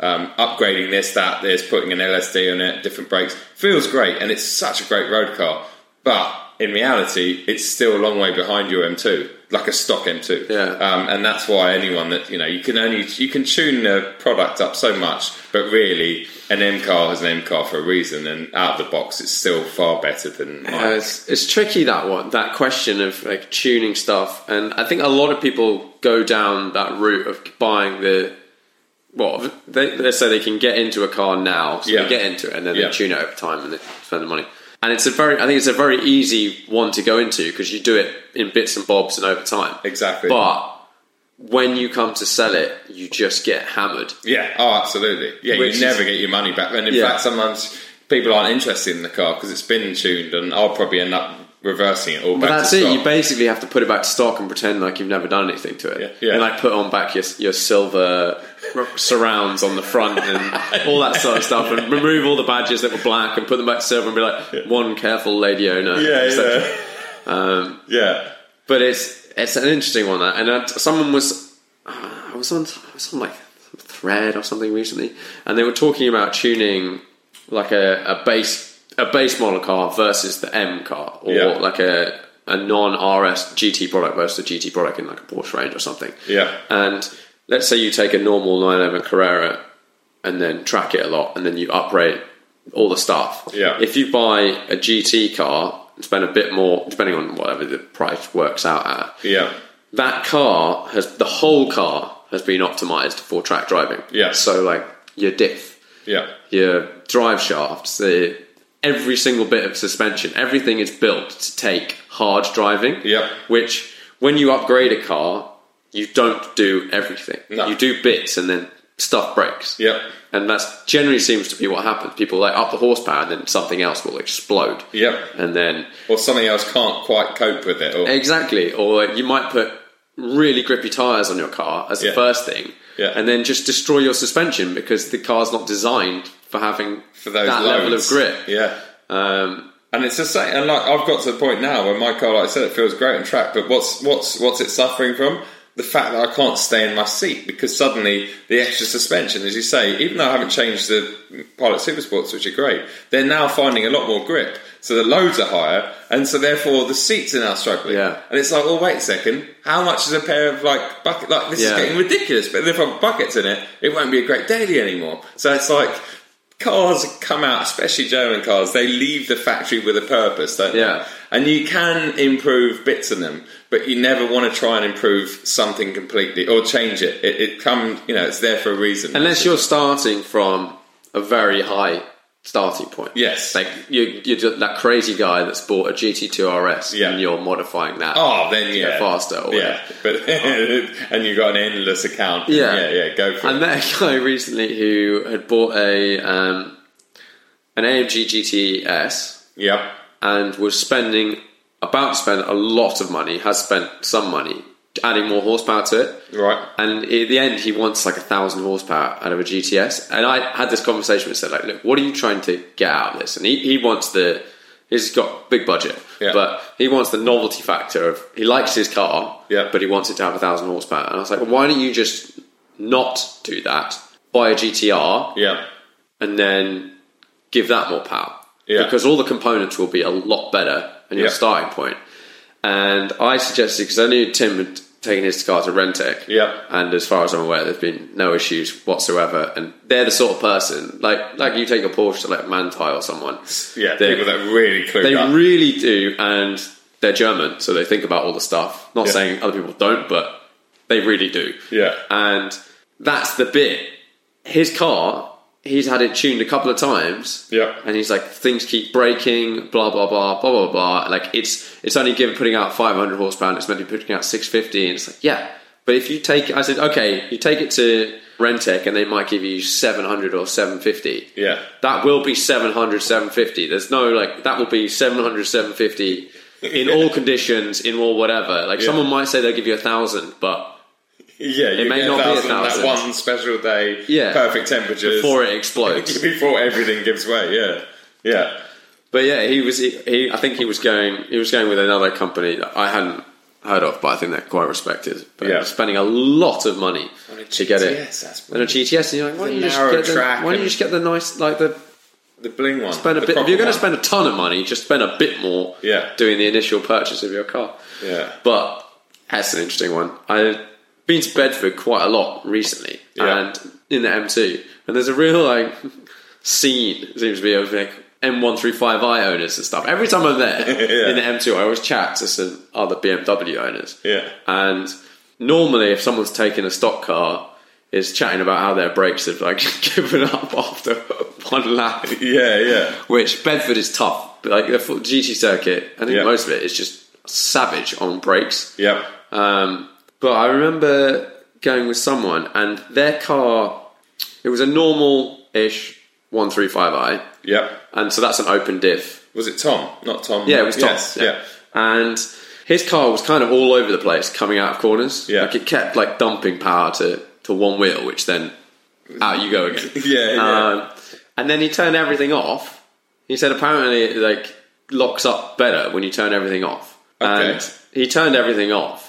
Um, upgrading this, that, this, putting an LSD on it, different brakes feels great, and it's such a great road car. But in reality, it's still a long way behind your M2, like a stock M2. Yeah. Um, and that's why anyone that you know, you can only you can tune the product up so much, but really, an M car is an M car for a reason, and out of the box, it's still far better than mine. Uh, it's, it's tricky that one, that question of like tuning stuff, and I think a lot of people go down that route of buying the. Well, they, they say they can get into a car now, so Yeah. they get into it, and then Yeah. they tune it over time and they spend the money. And it's a very, I think it's a very easy one to go into because you do it in bits and bobs and over time. Exactly. But when you come to sell it, you just get hammered. Yeah, oh, absolutely. Yeah, Which is- you never get your money back. And in Yeah. fact, sometimes people aren't interested in the car because it's been tuned, and I'll probably end up reversing it all But back that's to it. stock. You basically have to put it back to stock and pretend like you've never done anything to it, Yeah. Yeah. and like put on back your your silver r- surrounds on the front and all that sort of stuff, and remove all the badges that were black and put them back to silver, and be like one careful lady owner. yeah, etc. yeah, Um, yeah. but it's it's an interesting one that, and that someone was I was on I was on like thread or something recently, and they were talking about tuning like a, a base a base model car versus the M car, or Yeah. like a a non RS GT product versus a GT product in like a Porsche range or something. Yeah. and let's say you take a normal 911 Carrera and then track it a lot, and then you uprate all the stuff. Yeah. If you buy a GT car, spend a bit more, depending on whatever the price works out at. Yeah. That car has the whole car has been optimized for track driving. Yeah. So like your diff, Yeah. your drive shafts, the every single bit of suspension, everything is built to take hard driving. Yep. Which when you upgrade a car, you don't do everything. No. You do bits and then stuff breaks. Yep. And that's generally seems to be what happens. People like up the horsepower and then something else will explode. Yep. And then Or something else can't quite cope with it. Or, Exactly. Or you might put really grippy tires on your car as the Yeah. first thing, Yeah. and then just destroy your suspension because the car's not designed for having for those that level of loads. grip. Yeah. Um, And it's the same. And like I've got to the point now where my car, like I said, it feels great on track. But what's what's what's it suffering from? The fact that I can't stay in my seat because suddenly the extra suspension, as you say, even though I haven't changed the Pilot Supersports, which are great, they're now finding a lot more grip. So the loads are higher, and so therefore the seats are now struggling. Yeah. And it's like, well, wait a second, how much is a pair of like bucket? Like this Yeah. is getting ridiculous. But if I've buckets in it, it won't be a great daily anymore. So it's like cars come out, especially German cars, they leave the factory with a purpose, don't they? Yeah. And you can improve bits in them, but you never want to try and improve something completely or change it. It, it comes, you know, it's there for a reason. unless you're starting from a very high starting point. Yes. Like you, you're just that crazy guy that's bought a GT2 RS Yeah. and you're modifying that. oh, then to go yeah, faster or yeah. whatever. But and you've got an endless account. Yeah. yeah, yeah. Go for I it. met a guy recently who had bought a um, an AMG GTS Yep. and was spending about to spend a lot of money, has spent some money adding more horsepower to it. Right. And in the end, he wants like a thousand horsepower out of a GTS. And I had this conversation with him, said like, look, what are you trying to get out of this? And he, he wants the he's got big budget, Yeah. but he wants the novelty factor of he likes his car, Yeah. but he wants it to have a thousand horsepower. And I was like, well, why don't you just not do that? Buy a GTR, Yeah. and then give that more power. Yeah. Because all the components will be a lot better than your Yeah. starting point. And I suggested, because I knew Tim had taken his car to Rentec. Yeah. And as far as I'm aware, there's been no issues whatsoever. And they're the sort of person, like like you take a Porsche to like Manti or someone. Yeah, They- people that really clued they up. really do, and they're German, so they think about all the stuff. Not Yeah. saying other people don't, but they really do. Yeah. and that's the bit. His car, he's had it tuned a couple of times. Yeah. and he's like, things keep breaking, blah blah blah, blah blah blah. Like it's it's only given putting out 500 horsepower, and it's meant to be putting out 650, and it's like, yeah. But if you take, I said, okay, you take it to Rentec, and they might give you 700 or 750 Yeah. that will be 700 750 there's no like that will be 700 750 in all conditions in all whatever like Yeah. someone might say they'll give you a thousand but yeah, you may get not be a That thousand. one special day, Yeah. perfect temperatures before it explodes before everything gives way. Yeah, yeah. but yeah he was he, he i think he was going he was going with another company that i hadn't heard of but i think they're quite respected but Yeah. spending a lot of money On a to get it GTS, that's and a gts and you're like why don't It's a you, just narrow get the, track why don't you and- just get the nice like the The bling one. spend a the bit. If proper you're going one. to spend a ton of money, just spend a bit more. Yeah. Doing the initial purchase of your car. Yeah. But that's an interesting one. I've been to Bedford quite a lot recently, Yeah. and in the M2, and there's a real like scene it seems to be of like M135i owners and stuff. Every time I'm there in the M2, I always chat to some other BMW owners. Yeah. And normally, if someone's taken a stock car. Is chatting about how their brakes have like given up after one lap Yeah, yeah. which Bedford is tough. But like the full GT circuit, I think Yeah. most of it is just savage on brakes. Yep. Um, but I remember going with someone, and their car, it was a normal-ish 135i, Yep. and so that's an open diff. Was it Tom? Not Tom. Yeah, it was top. Yes, yeah. yeah. And his car was kind of all over the place coming out of corners. Yeah. Like it kept like dumping power to, to one wheel, which then out you go again. Yeah, yeah. Um, and then he turned everything off. He said apparently it like locks up better when you turn everything off. Okay. And he turned everything off.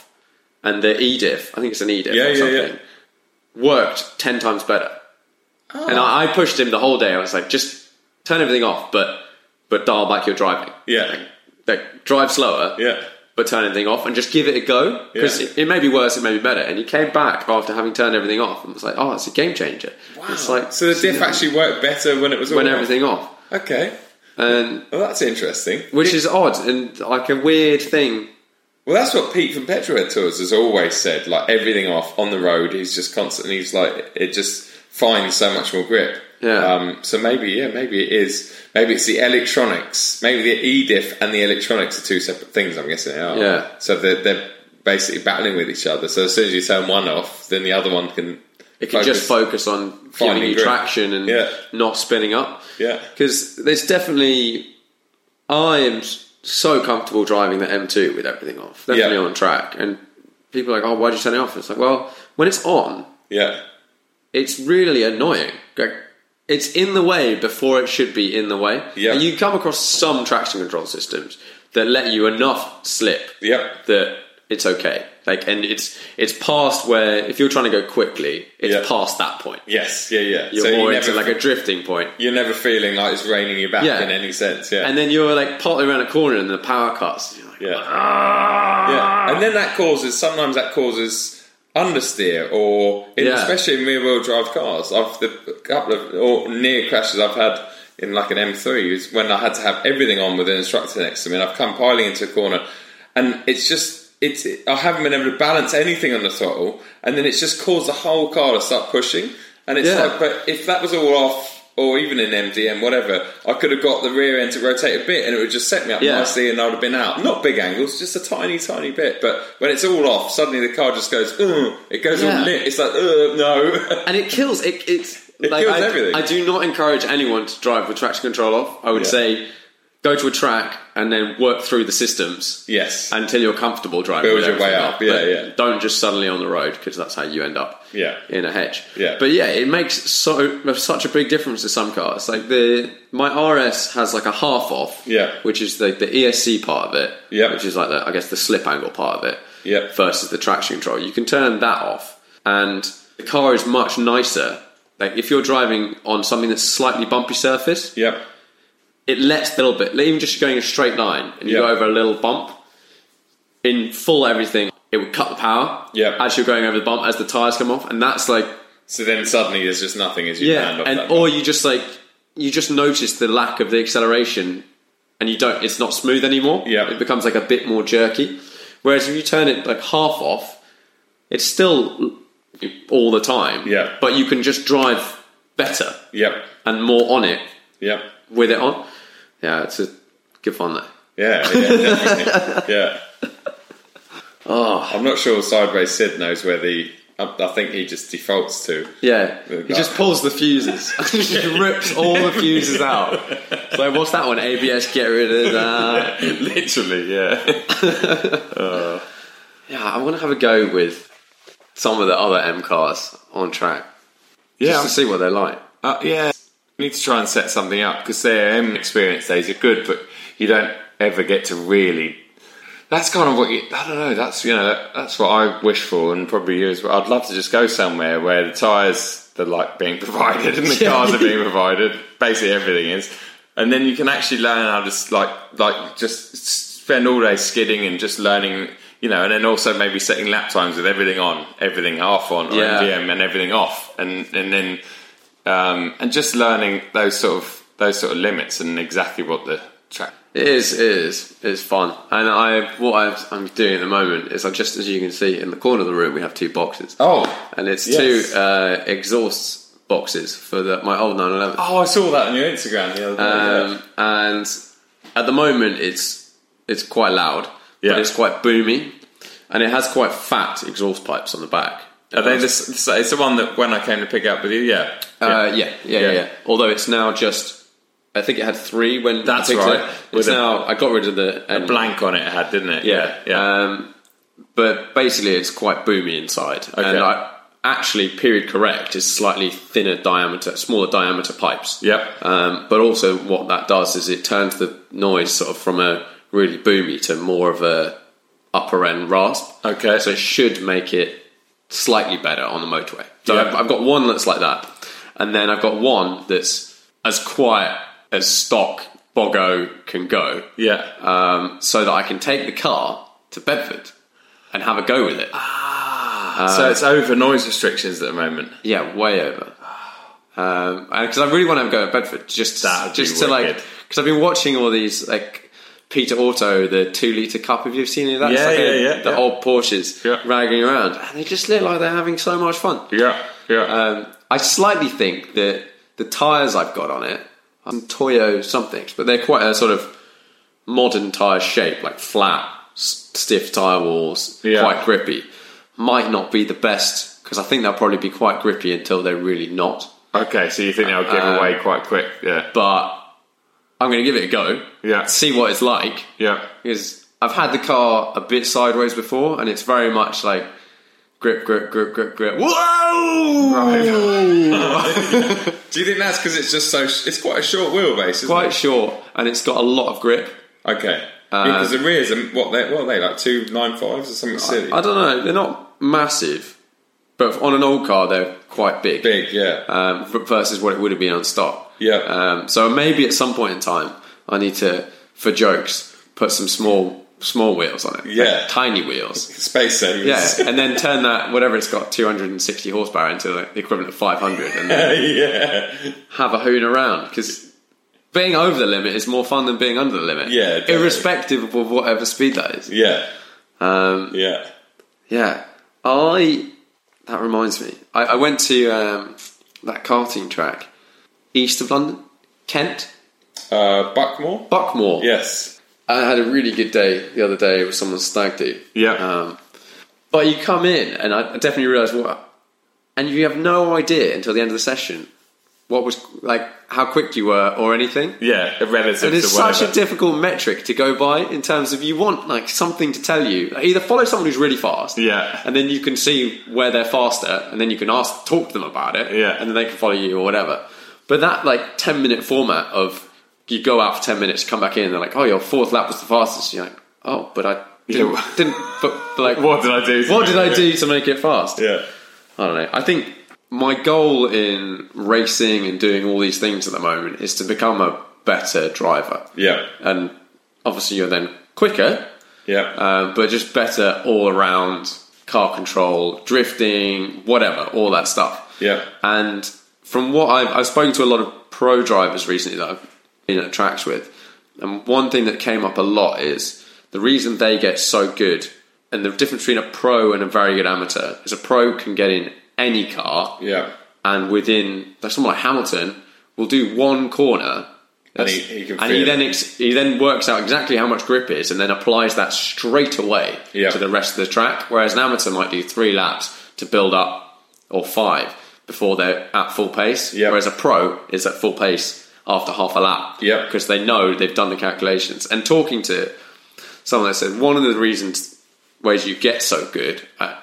And the EDIF, I think it's an EDIF Yeah, or yeah, something, yeah. worked 10 times better. And Oh. I, I pushed him the whole day. I was like, just turn everything off, but but dial back your driving. Yeah. Like, like, drive slower. Yeah. But turn everything off and just give it a go because Yeah. it, it may be worse, it may be better. And he came back after having turned everything off and was like, "Oh, it's a game changer." Wow. It's like So the diff actually worked better when it was all when on. everything off, Okay. and Well, that's interesting. which is odd and like a weird thing. Well, that's what Pete from Petrohead Tours has always said. Like everything off on the road, he's just constantly. He's like it just finds so much more grip. Yeah. Um, so maybe yeah, maybe it is. Maybe it's the electronics. Maybe the E diff and the electronics are two separate things. I'm guessing they are. Yeah. So they're, they're basically battling with each other. So as soon as you turn one off, then the other one can It can just focus on Finding giving you grip. traction and Yeah. not spinning up. Yeah. Because there's definitely, I am so comfortable driving the M2 with everything off, definitely Yeah. on track. And people are like, oh, why'd you turn it off? It's like, well, when it's on, Yeah. it's really annoying. Like, It's in the way before it should be in the way. Yeah. And you come across some traction control systems that let you enough slip Yeah. that it's okay. Like, and it's it's past where if you're trying to go quickly, it's Yeah. past that point. Yes. Yeah. Yeah. You're so more you into never, like a drifting point. you're never feeling like it's raining you back Yeah. in any sense. Yeah. And then you're like partly around a corner and the power cuts. You're like, Yeah. Ah. Yeah. And then that causes sometimes that causes understeer or in, Yeah. especially in rear wheel drive cars. I've the couple of or near crashes I've had in like an M3 is when I had to have everything on with an instructor next to me and I've come piling into a corner and it's just it's I haven't been able to balance anything on the throttle and then it's just caused the whole car to start pushing and it's Yeah. like but if that was all off or even in MDM, whatever, I could have got the rear end to rotate a bit and it would just set me up Yeah. nicely and I would have been out. Not big angles, just a tiny, tiny bit. But when it's all off, suddenly the car just goes, Ugh. it goes Yeah. all lit. It's like, Ugh, no. and it kills. It, it's It like kills I, everything. I do not encourage anyone to drive with traction control off. I would Yeah. say go to a track and then work through the systems. Yes. Until you're comfortable driving. Build with your way everything up. Yeah, But yeah. Don't just suddenly on the road because that's how you end up. Yeah. In a hedge. Yeah. But yeah, it makes so such a big difference to some cars. Like the my RS has like a half off. Yeah. Which is the, the ESC part of it. Yeah. Which is like the I guess the slip angle part of it Yeah. versus the traction control. You can turn that off, and the car is much nicer. Like if you're driving on something that's slightly bumpy surface, Yep. it lets a little bit. like, Even just going a straight line and you Yeah. go over a little bump, in full everything, it would cut the power. Yeah. as you're going over the bump, as the tires come off, and that's like So then suddenly there's just nothing as you land yeah, off that and or you just like you just notice the lack of the acceleration, and you don't. It's not smooth anymore. Yeah. it becomes like a bit more jerky. Whereas if you turn it like half off, it's still all the time. Yeah. but you can just drive better Yep. and more on it Yep. with it on. Yeah, it's a good fun though. Yeah. Yeah. definitely. yeah. Oh. I'm not sure Sideways Sid knows where the. I, I think he just defaults to. Yeah, With he that. just pulls the fuses. he just rips all the fuses out. So what's that one? ABS, get rid of that. Literally, yeah. Yeah, I want to have a go with some of the other M cars on track. Yeah, Just to see what they're like. Uh, yeah, we need to try and set something up because their M experience days are good, but you don't ever get to really. That's kind of what you. I don't know. That's you know. that- That's what I wish for, and probably you as well. I'd love to just go somewhere where the tires they're like being provided and the cars are being provided. Basically, everything is, and then you can actually learn how to s- like like just spend all day skidding and just learning. You know, and then also maybe setting lap times with everything on, everything half on, or Yeah. MVM and everything off, and and then um, and just learning those sort of those sort of limits and exactly what the track. It is, it is, it's fun. And I, what I've, I'm doing at the moment is I just, as you can see, in the corner of the room we have two boxes. Oh. and it's yes. two uh, exhaust boxes for the, my old 911. Oh, I saw that on your Instagram the other day. yeah. Um, and at the moment, it's it's quite loud, Yeah. but it's quite boomy, and it has quite fat exhaust pipes on the back. Are they this, this- It's the one that when I came to pick up with you, yeah. Uh, yeah, yeah, yeah, Yeah. yeah. Although it's now just, I think it had three when I That's picked it right. up. With It's a- now I got rid of the A and- blank on it had, didn't it? Yeah, yeah. Um, but basically, it's quite boomy inside, Okay. and I actually period correct is slightly thinner diameter, smaller diameter pipes. Yep. Um, but also, what that does is it turns the noise sort of from a really boomy to more of a upper end rasp. Okay. So it should make it slightly better on the motorway. So Yeah. I've, I've got one that's like that, and then I've got one that's as quiet as stock bogo can go yeah. um, so that I can take the car to Bedford and have a go with it. so it's over noise restrictions at the moment. Yeah, way over. Um, because I really want to have a go at Bedford just That'd be just to like wicked. because I've been watching all these like Peter Auto the two liter cup. Have you seen any of that? It's Yeah, like a- yeah, yeah, The yeah. old Porsches Yeah. ragging around, and they just look like they're having so much fun. Yeah, yeah. Um, I slightly think that the tires I've got on it, are some Toyo somethings, but they're quite a sort of modern tire shape, like flat, s- stiff tire walls, Yeah. quite grippy. Might not be the best because I think they'll probably be quite grippy until they're really not. Uh, Okay, so you think they'll give Um, away quite quick? Yeah. But I'm going to give it a go. Yeah. See what it's like. Yeah. Because I've had the car a bit sideways before, and it's very much like grip, grip, grip, grip, grip. Whoa! Do you think that's because it's just so? Sh- it's quite a short wheelbase. Isn't Quite it? short, and it's got a lot of grip. Okay. Um, because the rears are what they what are they like two nine fives or something silly. I don't know. They're not massive, but on an old car, they're quite big. Big, yeah. Um, v- versus what it would have been on stock. Yeah. Um, so maybe at some point in time, I need to, for jokes, put some small small wheels on it. Like Yeah. tiny wheels. Space savings. Yeah, and then turn that whatever it's got, 260 horsepower, into like the equivalent of 500, and then yeah. have a hoon around because being over the limit is more fun than being under the limit. Yeah, definitely. irrespective of whatever speed that is. Yeah. Um, Yeah. yeah, I. That reminds me. I, I went to um, that karting track east of London, Kent, uh, Buckmore. Buckmore. Yes. I had a really good day the other day with someone's stag do. Yeah. Um, but you come in, and I definitely realised what, and you have no idea until the end of the session what was like how quick you were or anything. Yeah, relative And to it's such a whatever. difficult metric to go by in terms of you want like something to tell you. Like, either follow someone who's really fast, Yeah. and then you can see where they're faster, and then you can ask talk to them about it, Yeah. and then they can follow you or whatever. But that like ten minute format of you go out for ten minutes, come back in, and they're like, oh, your fourth lap was the fastest. You're like, oh, but I didn't, Yeah. didn't but, but, like What did I do to What did make I it- do to make it fast? Yeah. I don't know. I think my goal in racing and doing all these things at the moment is to become a better driver. Yeah. And obviously, you're then quicker, Yeah. um, but just better all around car control, drifting, whatever, all that stuff. Yeah. And from what I've, I've spoken to a lot of pro drivers recently that I've been at tracks with, and one thing that came up a lot is the reason they get so good, and the difference between a pro and a very good amateur is a pro can get in any car, Yeah. and within like someone like Hamilton will do one corner. And he- he can and he feel it. then ex- he then works out exactly how much grip is, and then applies that straight away Yeah. to the rest of the track. Whereas an amateur might do three laps to build up, or five before they're at full pace. Yeah. Whereas a pro is at full pace after half a lap, Yeah. because they know they've done the calculations. And talking to someone that said one of the reasons ways you get so good at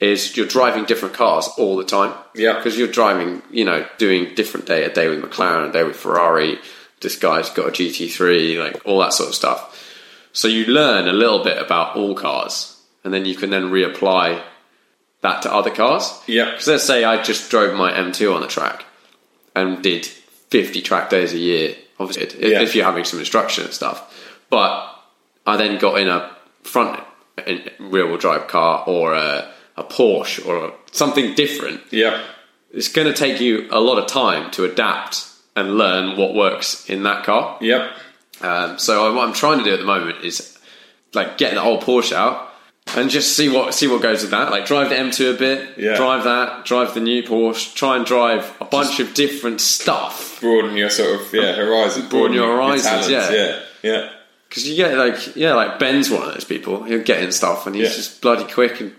is you're driving different cars all the time. Yeah. Because you're driving, you know, doing different day, a day with McLaren, a day with Ferrari, this guy's got a GT3, like all that sort of stuff. So you learn a little bit about all cars and then you can then reapply that to other cars. Yeah. Because let's say I just drove my M2 on the track and did 50 track days a year, obviously, if- Yeah. if you're having some instruction and stuff. But I then got in a front in rear wheel drive car or a, a Porsche or something different. Yeah. It's going to take you a lot of time to adapt and learn what works in that car. Yep. Um, so I, what I'm trying to do at the moment is like get the whole Porsche out and just see what see what goes with that. Like drive the M2 a bit, Yeah. drive that, drive the new Porsche, try and drive a bunch of different stuff. Broaden your sort of yeah horizon. Broaden your horizons, talents, yeah. Yeah. Yeah. Because you get like yeah, like Ben's one of those people. He'll get in stuff and he's Yeah. just bloody quick and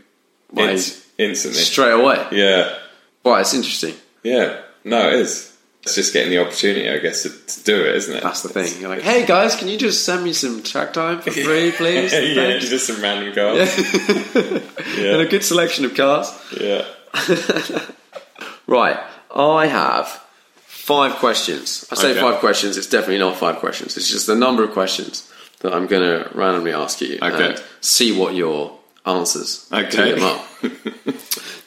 well, Inst- instantly. straight away. Yeah. Wow, it's interesting. Yeah. No, it is. It's just getting the opportunity, I guess, to, to do it, isn't it? That's the thing. You're like, hey guys, can you just send me some track time for free, please? yeah, Thanks. just some random guys. And a good selection of cars. Yeah. Right, I have five questions. I say Okay. five questions. It's definitely not five questions. It's just the number of questions that I'm going to randomly ask you Okay. and see what your answers to Okay. them are.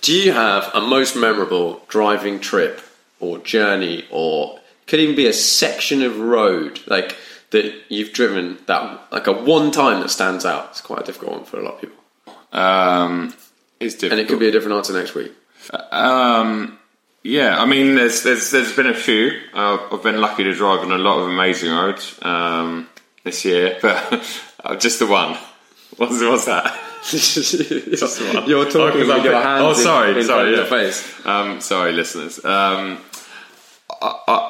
Do you have a most memorable driving trip or journey, or could even be a section of road like that you've driven that like a one time that stands out? It's quite a difficult one for a lot of people, Um, it's difficult. and it could be a different answer next week. Um, yeah, I mean, there's there's there's been a few. Uh, I've been lucky to drive on a lot of amazing roads um, this year, but uh, just the one. What's, what's that? you're, one. you're talking Oh, 'cause with your I'm thinking- hands. Oh, in- sorry, in, front sorry, of yeah. your face. Um, sorry, listeners. Um, I, I,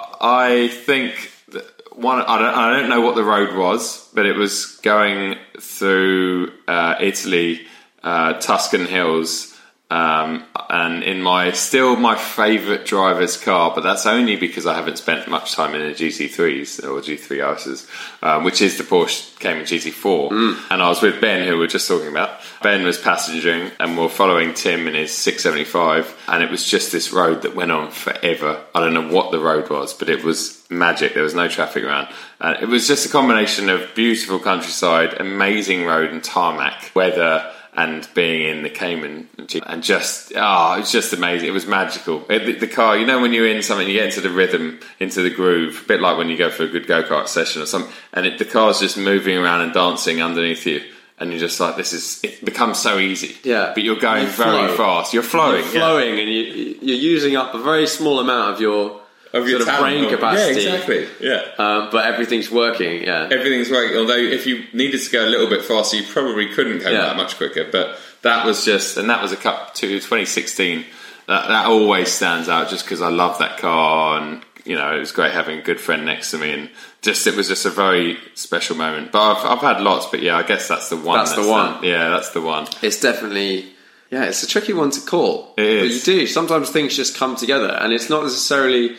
I think that one. I don't, I don't know what the road was, but it was going through uh, Italy, uh, Tuscan hills, Um, and in my still my favourite driver's car, but that's only because I haven't spent much time in the GT3s or G3 Ices, um, which is the Porsche Cayman GT4. And I was with Ben, who we were just talking about. Ben was passengering, and we are following Tim in his 675, and it was just this road that went on forever. I don't know what the road was, but it was magic. There was no traffic around. And it was just a combination of beautiful countryside, amazing road, and tarmac weather and being in the Cayman and just ah, it was just amazing. It was magical. It- the, the car, you know, when you're in something, you get into the rhythm, into the groove, a bit like when you go for a good go kart session or something, and it, the car's just moving around and dancing underneath you. And you're just like, this is, it becomes so easy. Yeah. But you're going You very flow. fast. You're flowing. You're yeah. flowing, and you, you're using up a very small amount of your Of your sort of talent. brain Yeah, capacity. exactly. Yeah. Um, but everything's working. Yeah. Everything's working. Although if you needed to go a little bit faster, you probably couldn't go Yeah. that much quicker. But that was just, and that was a cup to 2016. That, that always stands out just because I love that car, and you know it was great having a good friend next to me, and just it was just a very special moment. But I've, I've had lots, but yeah, I guess that's the one. That's the one. yeah, that's the one. It's definitely yeah, it's a tricky one to call. It is. But you do. Sometimes things just come together and it's not necessarily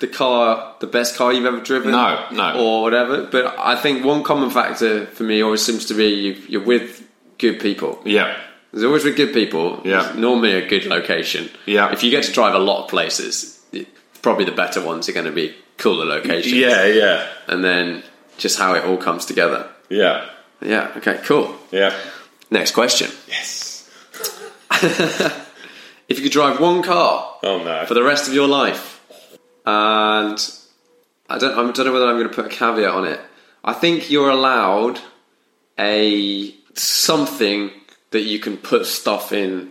the car the best car you've ever driven. No, no. Or whatever. But I think one common factor for me always seems to be you, you're with good people. Yeah, There's always with good people. Yeah. It's normally a good location. Yeah. If you get to drive a lot of places, it- probably the better ones are going to be cooler locations. Yeah, yeah. And then just how it all comes together. yeah, Yeah. Okay. Cool. yeah. Next question. Yes. if you could drive one car Oh no. for the rest of your life, and I don't, I don't know whether I'm going to put a caveat on it. I think you're allowed a something that you can put stuff in.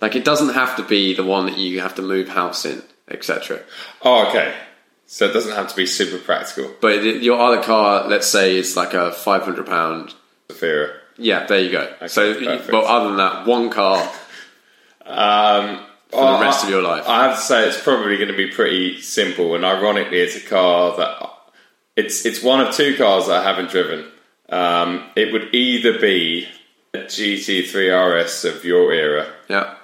Like it doesn't have to be the one that you have to move house in, etc. Oh, okay. So it doesn't have to be super practical. But it- your other car, let's say, is like a 500 pound Safira. Yeah, there you go. so, perfect. but other than that, one car. Um, For the rest of your life. I have to say it's probably going to be pretty simple. And ironically, it's a car that it's it's one of two cars that I haven't driven. Um, it would either be a GT3 RS of your era, Yeah.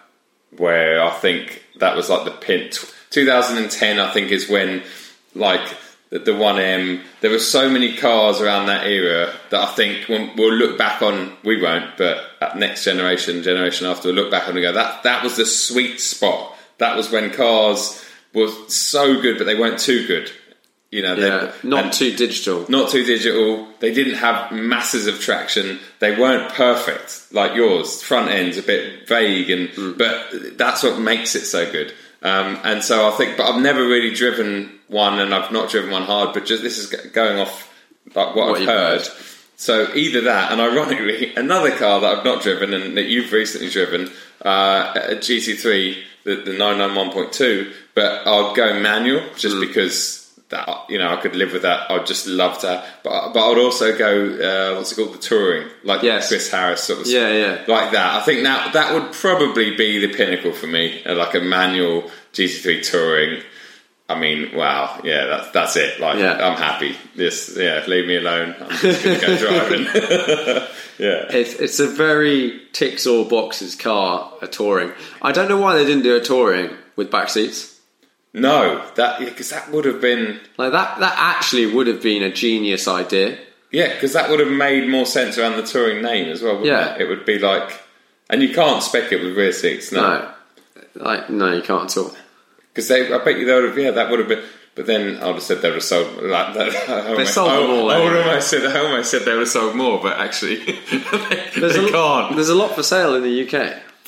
where I think that was like the pin. tw- 2010, I think, is when like the, the 1M. There were so many cars around that era that I think when we'll look back on. We won't, but at next generation, generation after, we'll look back on and go that that was the sweet spot. That was when cars were so good, but they weren't too good. You know, they- Yeah, not and- too digital. not too digital. They didn't have masses of traction. They weren't perfect like yours. Front end's a bit vague, and Hmm. but that's what makes it so good. Um, and so I think, but I've never really driven one, and I've not driven one hard. But just this is g- going off like what, What I've you've heard. heard. So either that, and ironically, another car that I've not driven and that you've recently driven, uh, a GT3, the, the 991.2, but I'll go manual just Hmm. because that you know I could live with that. I'd just love to, but but I'd also go uh, what's it called, the touring, like Yes. Chris Harris sort of, Yeah, yeah. like that. I think that that would probably be the pinnacle for me, uh, like a manual GT3 touring. I mean, wow, yeah, that's that's it. Like, Yeah. I'm happy. This, yeah, leave me alone. I'm just gonna go driving. yeah, It's, it's a very ticks all boxes car, a touring. I don't know why they didn't do a touring with back seats. no, that because that would have been Like that, that actually would have been a genius idea. yeah, because that would have made more sense around the touring name as well. Wouldn't Yeah. it? it would be like, and you can't spec it with rear seats, no, No, like no, you can't at all. because they. I bet you they would have. Yeah, that would have been. But then I'd have said they would have sold. Like, that, I almost- sold them all, I, I would have anyway. almost said. I almost said they would have sold more, but actually, they, There's they a, lo- can't. there's a lot for sale in the UK.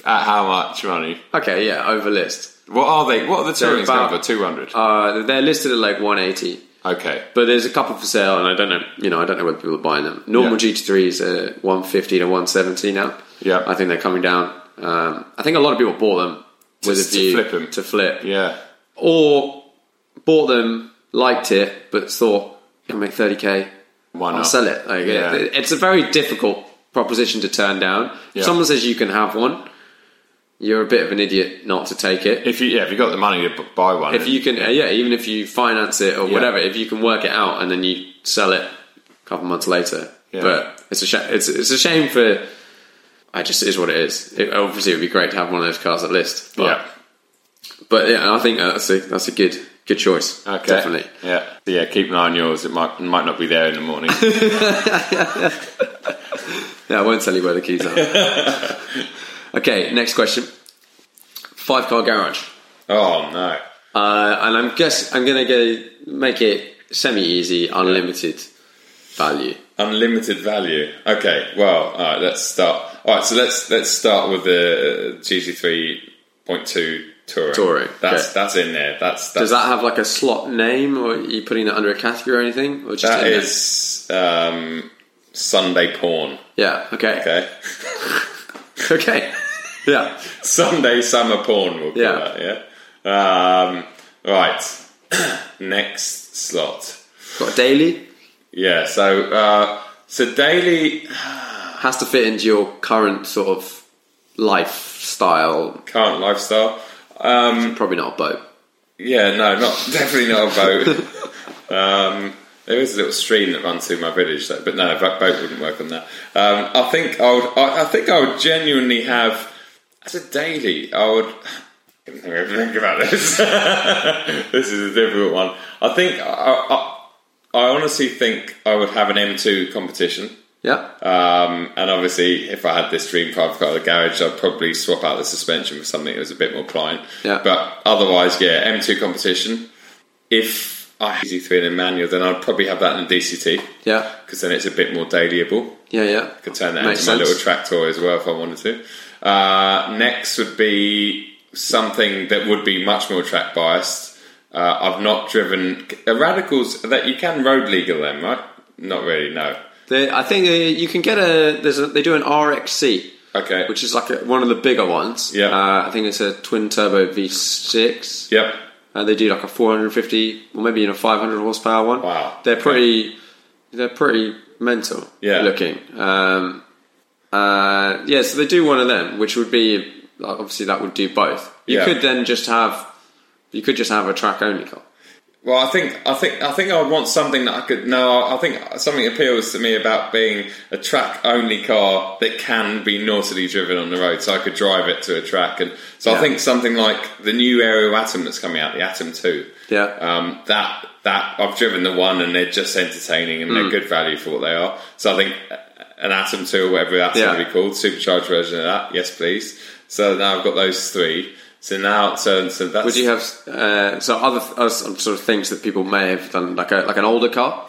At how much money? Okay, yeah, over list. What are they? What are the They're tourings about- number? Two hundred. Uh, they're listed at like 180, okay. but there's a couple for sale, and I don't know. You know, I don't know whether people are buying them. Normal Yeah. GT3s are 150 to 170 now. Yeah. I think they're coming down. Um, I think a lot of people bought them with To- a to view flip 'em. to flip. Yeah. or bought them, liked it, but thought I can make thirty k. Why I'll not? sell it. Like, Yeah. it- It's a very difficult proposition to turn down. Yeah. If someone says you can have one, you're a bit of an idiot not to take it. If you yeah, if you got the money to b- buy one, If then- you can, uh, yeah, even if you finance it or Yeah. whatever, if you can work it out and then you sell it a couple months later. Yeah. But it's a sh- it's it's a shame for I just it is what it is. It, obviously, it would be great to have one of those cars at list. But, Yeah. but yeah, I think that's a that's a good good choice. Okay. Definitely. Yeah. So, yeah, keep an eye on yours. It might might not be there in the morning. Yeah, I won't tell you where the keys are. okay, next question. Five car garage. Oh no. Uh, and I'm guess I'm gonna go make it semi easy, unlimited value. Unlimited value. Okay. Well, all right. Let's start. All right. So let's let's start with the GT three point two Touring. Touring, That's okay. that's in there. That's, that's Does that have like a slot name, or are you putting it under a category or anything? Or just that in there? is um, Sunday porn. yeah. Okay. Okay. Okay. yeah. Sunday summer porn. We'll call Yeah. that. Yeah. Um, right. Next slot. Got daily Yeah. So uh, so daily has to fit into your current sort of lifestyle. current lifestyle. Um, Probably not a boat. Yeah, no, not definitely not a boat. um, there is a little stream that runs through my village, though, but no, a bo- boat wouldn't work on that. Um, I think I would. I, I think I would genuinely have as a daily. I would. Think about this. this is a difficult one. I think I, I, I honestly think I would have an M2 competition. Yeah. Um, and obviously, if I had this Dream 5 car in the garage, I'd probably swap out the suspension for something that was a bit more pliant. Yeah. But otherwise, yeah, M2 competition. If I had Z3 in a manual, then I'd probably have that in a DCT Yeah. because then it's a bit more dailyable. Yeah. Yeah. I could turn that Makes into my sense. little track toy as well if I wanted to. Uh, next would be something that would be much more track biased. Uh, I've not driven uh, radicals that you can road legal them, right? Not really, no. They, I think they, you can get a. There's a. They do an RXC, Okay. which is like a, one of the bigger ones. Yeah. Uh, I think it's a twin turbo V6. Yep. Uh, they do like a 450 or maybe even a 500 horsepower one. Wow. They're pretty. They're pretty mental. Yeah. Looking. Um, uh, yeah. So they do one of them, which would be like, obviously that would do both. You Yeah. could then just have. You could just have a track only car. Well, I think I think I think I would want something that I could. No, I think something appeals to me about being a track only car that can be naughtily driven on the road, so I could drive it to a track. And so Yeah. I think something like the new Aero Atom that's coming out, the Atom Two. Yeah. Um, that that I've driven the one, and they're just entertaining and Mm. they're good value for what they are. So I think an Atom Two or whatever that's Yeah. going to be called, supercharged version of that. Yes, please. So now I've got those three. So now, so, so that's Would you have uh, so other uh, some sort of things that people may have done, like a like an older car?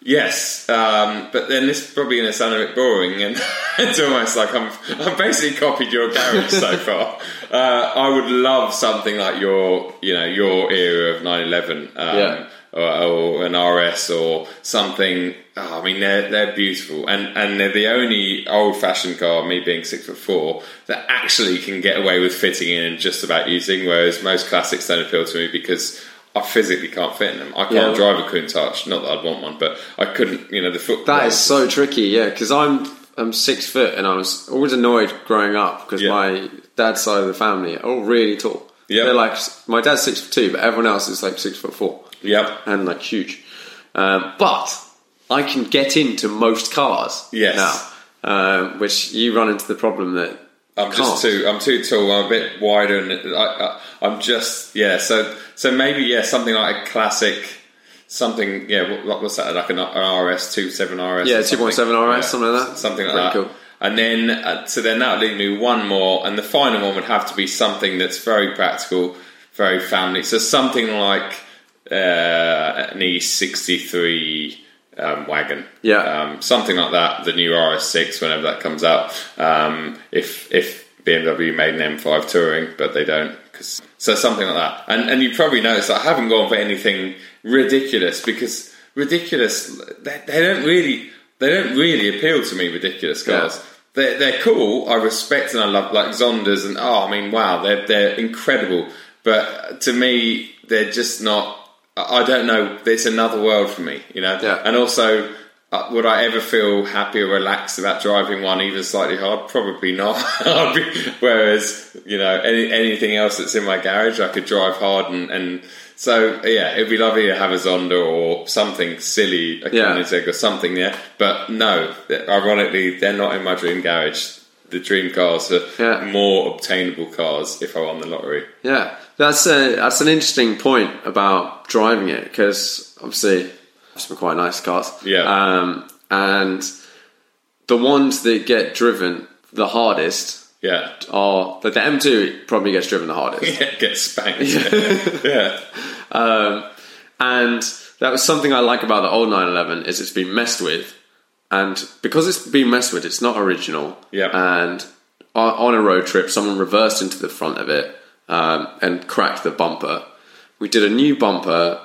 Yes, um, but then this is probably going to sound a bit boring, and it's almost like I'm I'm basically copied your garage so far. Uh, I would love something like your you know your era of 911, um, Yeah. or, or an RS or something. Oh, I mean, they're they're beautiful, and and they're the only old fashioned car, me being six foot four, that actually can get away with fitting in and just about using. Whereas most classics don't appeal to me because. I physically can't fit in them. I can't Yeah. drive drive a Countach. Not that I'd want one, but I couldn't. You know, the foot. That is so tricky, yeah. Because I'm I'm six foot, and I was always annoyed growing up because Yeah. my dad's side of the family are all really tall. Yeah. they're like my dad's six foot two, but everyone else is like six foot four. Yep. and like huge. Um, but I can get into most cars Yes. now, um, which you run into the problem that I'm you just can't. too. I'm too tall. I'm a bit wider, and I, I, I'm just yeah. So so maybe yeah, something like a classic. Something yeah. What, what was that? Like an, an RS two seven RS. Yeah, or something. 2.7 RS, something like that. s- Something like Pretty that. cool. And then uh, so then that would leave me one more, and the final one would have to be something that's very practical, very family. So something like uh, an E sixty three. Um, wagon, Yeah. um, something like that. The new RS6, whenever that comes out, um, if if BMW made an M5 Touring, but they don't, 'cause- so something like that. And and you probably noticed I haven't gone for anything ridiculous because ridiculous they, they don't really they don't really appeal to me. Ridiculous cars. Yeah. They're, they're cool. I respect and I love like Zonders and oh, I mean, wow, they're they're incredible. But to me, they're just not. I I don't know. There's another world for me, you know. Yeah. And also, uh, would I ever feel happy or relaxed about driving one even slightly hard? Probably not. I'd be- Whereas, you know, any, anything else that's in my garage, I could drive hard and. and so yeah, it'd be lovely to have a Zonda or something silly, a Yeah. Koenigsegg or something. Yeah, but no, ironically, they're not in my dream garage. the dream cars are more obtainable cars if I won the lottery. Yeah, that's a, that's an interesting point about driving it because obviously some quite nice cars. Yeah. um, and the ones that get driven the hardest. Yeah, are but the M2 probably gets driven the hardest. Yeah, gets spanked. yeah. Um, and that was something I like about the old 911 is it's been messed with, and because it's been messed with, it's not original. Yeah. And on, on a road trip, someone reversed into the front of it um, and cracked the bumper. We did a new bumper,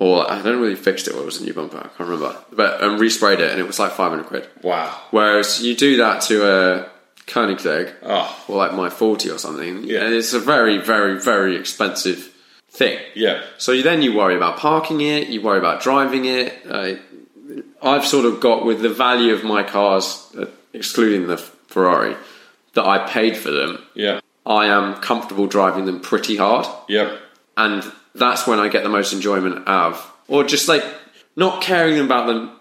or I don't know whether you fixed it or it was a new bumper. I can't remember, but and resprayed it, and it was like five hundred quid. Wow. Whereas you do that to a Koenigsegg oh. or like my 40 or something, Yeah. and it's a very, very, very expensive thing. Yeah. So you, then you worry about parking it, you worry about driving it. Uh, I've sort of got with the value of my cars, uh, excluding the Ferrari, that I paid for them, Yeah. I am comfortable driving them pretty hard. Yep. And that's when I get the most enjoyment out of, or just like not caring about them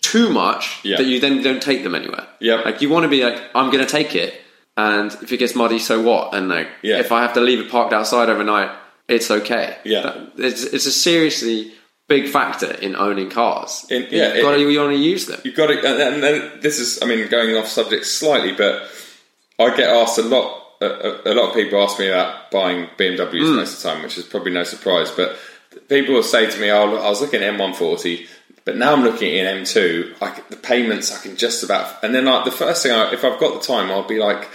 too much Yeah. that you then don't take them anywhere. Yep. Like you want to be like, I'm going to take it, and if it gets muddy, so what? And like, Yeah. if I have to leave it parked outside overnight, it's okay. Yeah. That- it's it's a seriously big factor in owning cars. In- yeah, You've got it- to- you want to use them. You've got to, and, and then this is, I mean, going off subject slightly, but I get asked a lot, a, a, a lot of people ask me about buying BMWs most of the time, which is probably no surprise, but people will say to me, oh, look, I was looking at M140, but now I'm looking at an M2, I c the payments I can just about, and then like the first thing, I, if I've got the time, I'll be like,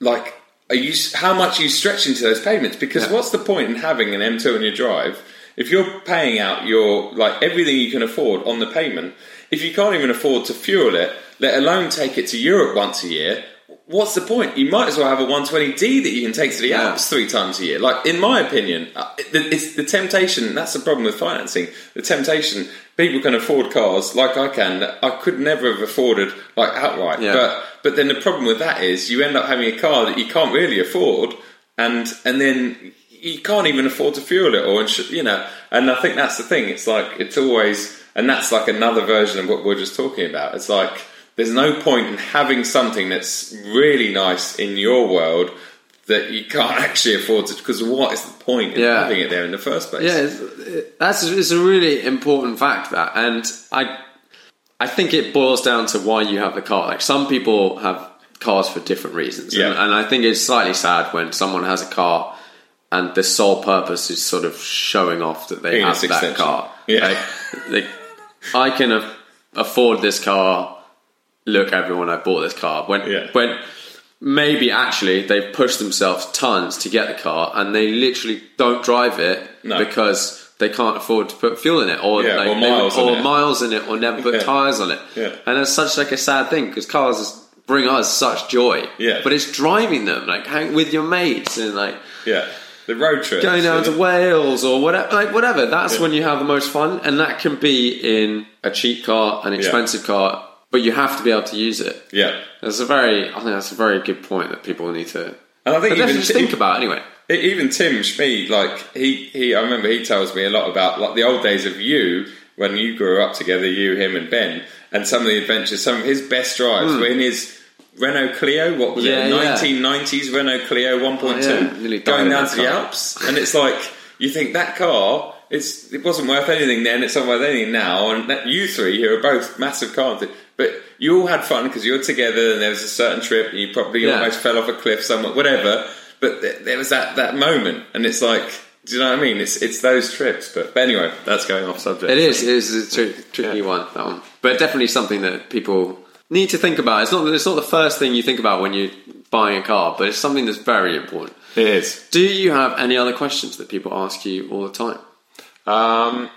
like, are you, how much are you stretching to those payments? Because what's the point in having an M2 in your drive if you're paying out your, like, everything you can afford on the payment? If you can't even afford to fuel it, let alone take it to Europe once a year, what's the point? You might as well have a 120D that you can take to the Alps three times a year. Like, in my opinion, uh, it- it's the temptation. That's the problem with financing. The temptation. People can afford cars like I can. that I could never have afforded like outright. Yeah. But but then the problem with that is you end up having a car that you can't really afford, and and then you can't even afford to fuel it, or insu- you know. And I think that's the thing. It's like it's always, and that's like another version of what we are just talking about. It's like there's no point in having something that's really nice in your world that you can't actually afford to. Because what is the point in Yeah. having it there in the first place? Yeah, it's, it- that's it's a really important fact that, and I I think it boils down to why you have the car. Like some people have cars for different reasons, and, Yeah. and I think it's slightly sad when someone has a car and the sole purpose is sort of showing off that they Penis have that extension. car. Yeah. Like, like, I can a- afford this car. Look, everyone, I bought this car. When Yeah. when maybe actually they've pushed themselves tons to get the car and they literally don't drive it No. because they can't afford to put fuel in it or, Yeah, like, or they- miles in or it. miles in it or never put Yeah. tires on it Yeah. and that's such like a sad thing because cars is, bring us such joy Yeah. but it's driving them like hang with your mates and like yeah. The road trip going down to Wales or whatever like whatever that's when you have the most fun and that can be in a cheap car an expensive car but you have to be able to use it Yeah. that's a very, I think that's a very good point that people need to. And I think But let's even- just think about it anyway. E- Even Tim Schmid, like he, he, I remember he tells me a lot about like the old days of you when you grew up together, you, him, and Ben, and some of the adventures. Some of his best drives were in his Renault Clio. What was Hmm. Yeah, it? yeah. Nineteen nineties Renault Clio one point Oh, two, yeah. Nearly died going in down that to the car. Alps, and it's like you think that car. It's, it wasn't worth anything then. It's not worth anything now. And that, you three, who are both massive car, enthu- but you all had fun because you were together, and there was a certain trip, and you probably Yeah. almost fell off a cliff somewhere, whatever. But th- there was that, that moment, and it's like, do you know what I mean? It's it's those trips. But, but anyway, that's going off subject. It is, it is a tri- tricky one, that one, but definitely something that people need to think about. It's not, it's not the first thing you think about when you're buying a car, but it's something that's very important. It is. Do you have any other questions that people ask you all the time? Um,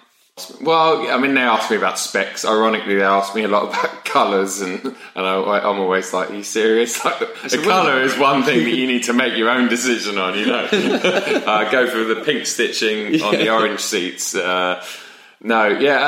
well, I mean, they asked me about specs. Ironically, they asked me a lot about colours, and and I, I'm always like, "Are you serious? Like, the colour is one thing that you need to make your own decision on. You know, uh, go for the pink stitching on the orange seats. Uh, no, yeah,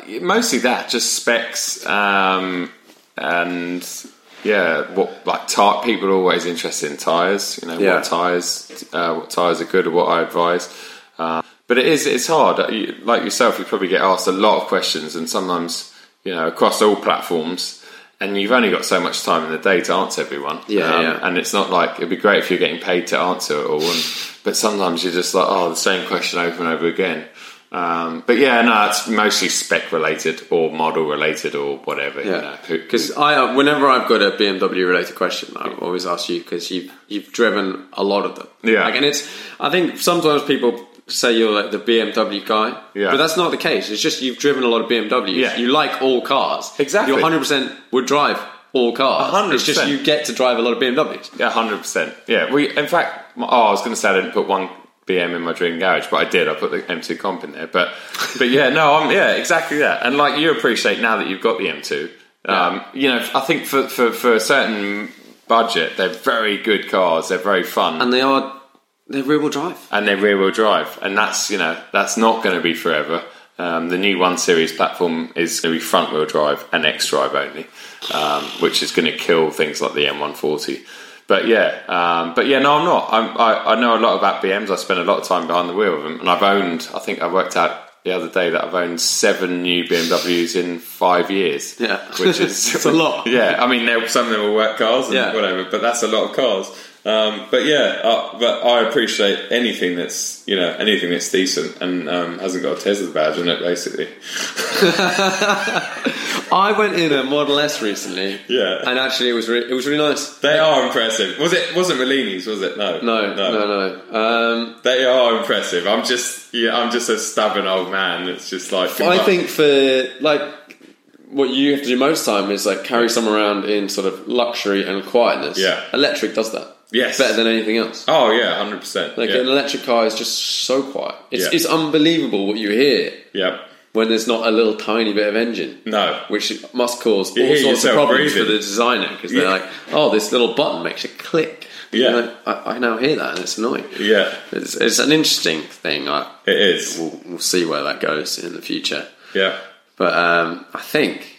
uh, mostly that, just specs, um, and yeah, what like tire. People are always interested in tires. You know, Yeah. what tires, uh, what tires are good, or what I advise. Uh, but it is it's hard. Uh, you- Like yourself, you probably get asked a lot of questions, and sometimes you know across all platforms. and you've only got so much time in the day to answer everyone. Um, Yeah, yeah. And it's not like it'd be great if you're getting paid to answer it all, and, but sometimes you're just like, oh, the same question over and over again. Um, but yeah, no, it's mostly spec related or model related or whatever. You know, Yeah, who- because I uh, whenever I've got a BMW related question, I always ask you because you you've driven a lot of them. Yeah. like, and it's I think sometimes people say you're like the BMW guy, Yeah. but that's not the case. It's just you've driven a lot of BMWs. Yeah. you like all cars. Exactly. you 100 percent would drive all cars. 100%. It's just you get to drive a lot of BMWs. Yeah, hundred percent. Yeah, we. In fact, oh, I was going to say I didn't put one BM in my dream garage, but I did. I put the M2 comp in there. But, but yeah, no, I'm yeah, exactly that. And like you appreciate now that you've got the M2. Um, You know, I think for, for for a certain budget, they're very good cars. They're very fun, and they are they're rear wheel drive. and they're rear wheel drive, and that's you know that's not going to be forever. Um, the new One Series platform is going to be front wheel drive and X drive only, um, which is going to kill things like the M140. But yeah, um, but yeah, no, I'm not. I'm, I, I know a lot about BMs. I spend a lot of time behind the wheel of them, and I've owned. I think I worked out the other day that I've owned seven new BMWs in five years. Yeah. which is It's a lot. Yeah, I mean, they're- some of them will work cars and Yeah. whatever, but that's a lot of cars. Um, but yeah, uh, but I appreciate anything that's you know anything that's decent and um, hasn't got a Tesla badge on it, basically. I went in a Model S recently. Yeah. and actually it was re- it was really nice. They are impressive. Was it wasn't Molini's? Was it? No, No, no, no. Um, They are impressive. I'm just yeah, I'm just a stubborn old man. It's just like I think for like what you have to do most time is like carry someone around in sort of luxury and quietness. Yeah. electric does that. Yes. better than anything else. Oh yeah, hundred percent. Like an electric car is just so quiet. It's Yeah. it's unbelievable what you hear Yep. when there's not a little tiny bit of engine. No. Which must cause all You hear sorts of yourself problems breathing. for the designer because they're Yeah. like, oh, this little button makes a click. Yeah. And I, I now hear that and it's annoying. Yeah. It's, it's an interesting thing. I, It is. We'll, we'll see where that goes in the future. Yeah. But um, I think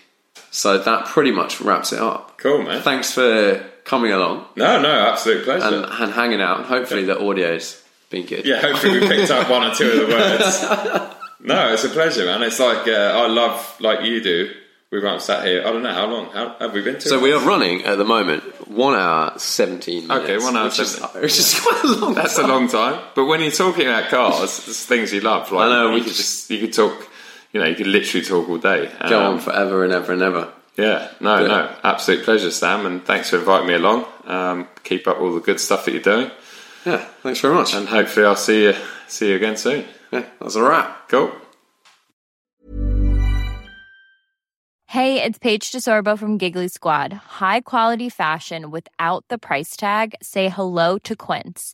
so. That pretty much wraps it up. Cool, man. Thanks for coming along No, no, absolute pleasure. and, and hanging out. And hopefully the audio's been good. Yeah, hopefully we picked up one or two of the words. No, it's a pleasure, man. It's like uh, I love, like you do. We've been sat here. I don't know how long. How have we been? To So we are running at the moment one hour seventeen minutes. Okay, one hour which is, 17. which is quite a long. That's a long time. But when you're talking about cars, it's things you love. Like I know, you we could could just you could talk. You know, you could literally talk all day. Go Um, on forever and ever and ever. Yeah, no, Yeah. no, absolute pleasure, Sam, and thanks for inviting me along. Um, keep up all the good stuff that you're doing, Yeah, thanks very much. and hopefully I'll see you see you again soon. yeah, that's a wrap. Cool. Hey, it's Paige DeSorbo from Giggly Squad. High quality fashion without the price tag. Say hello to Quince.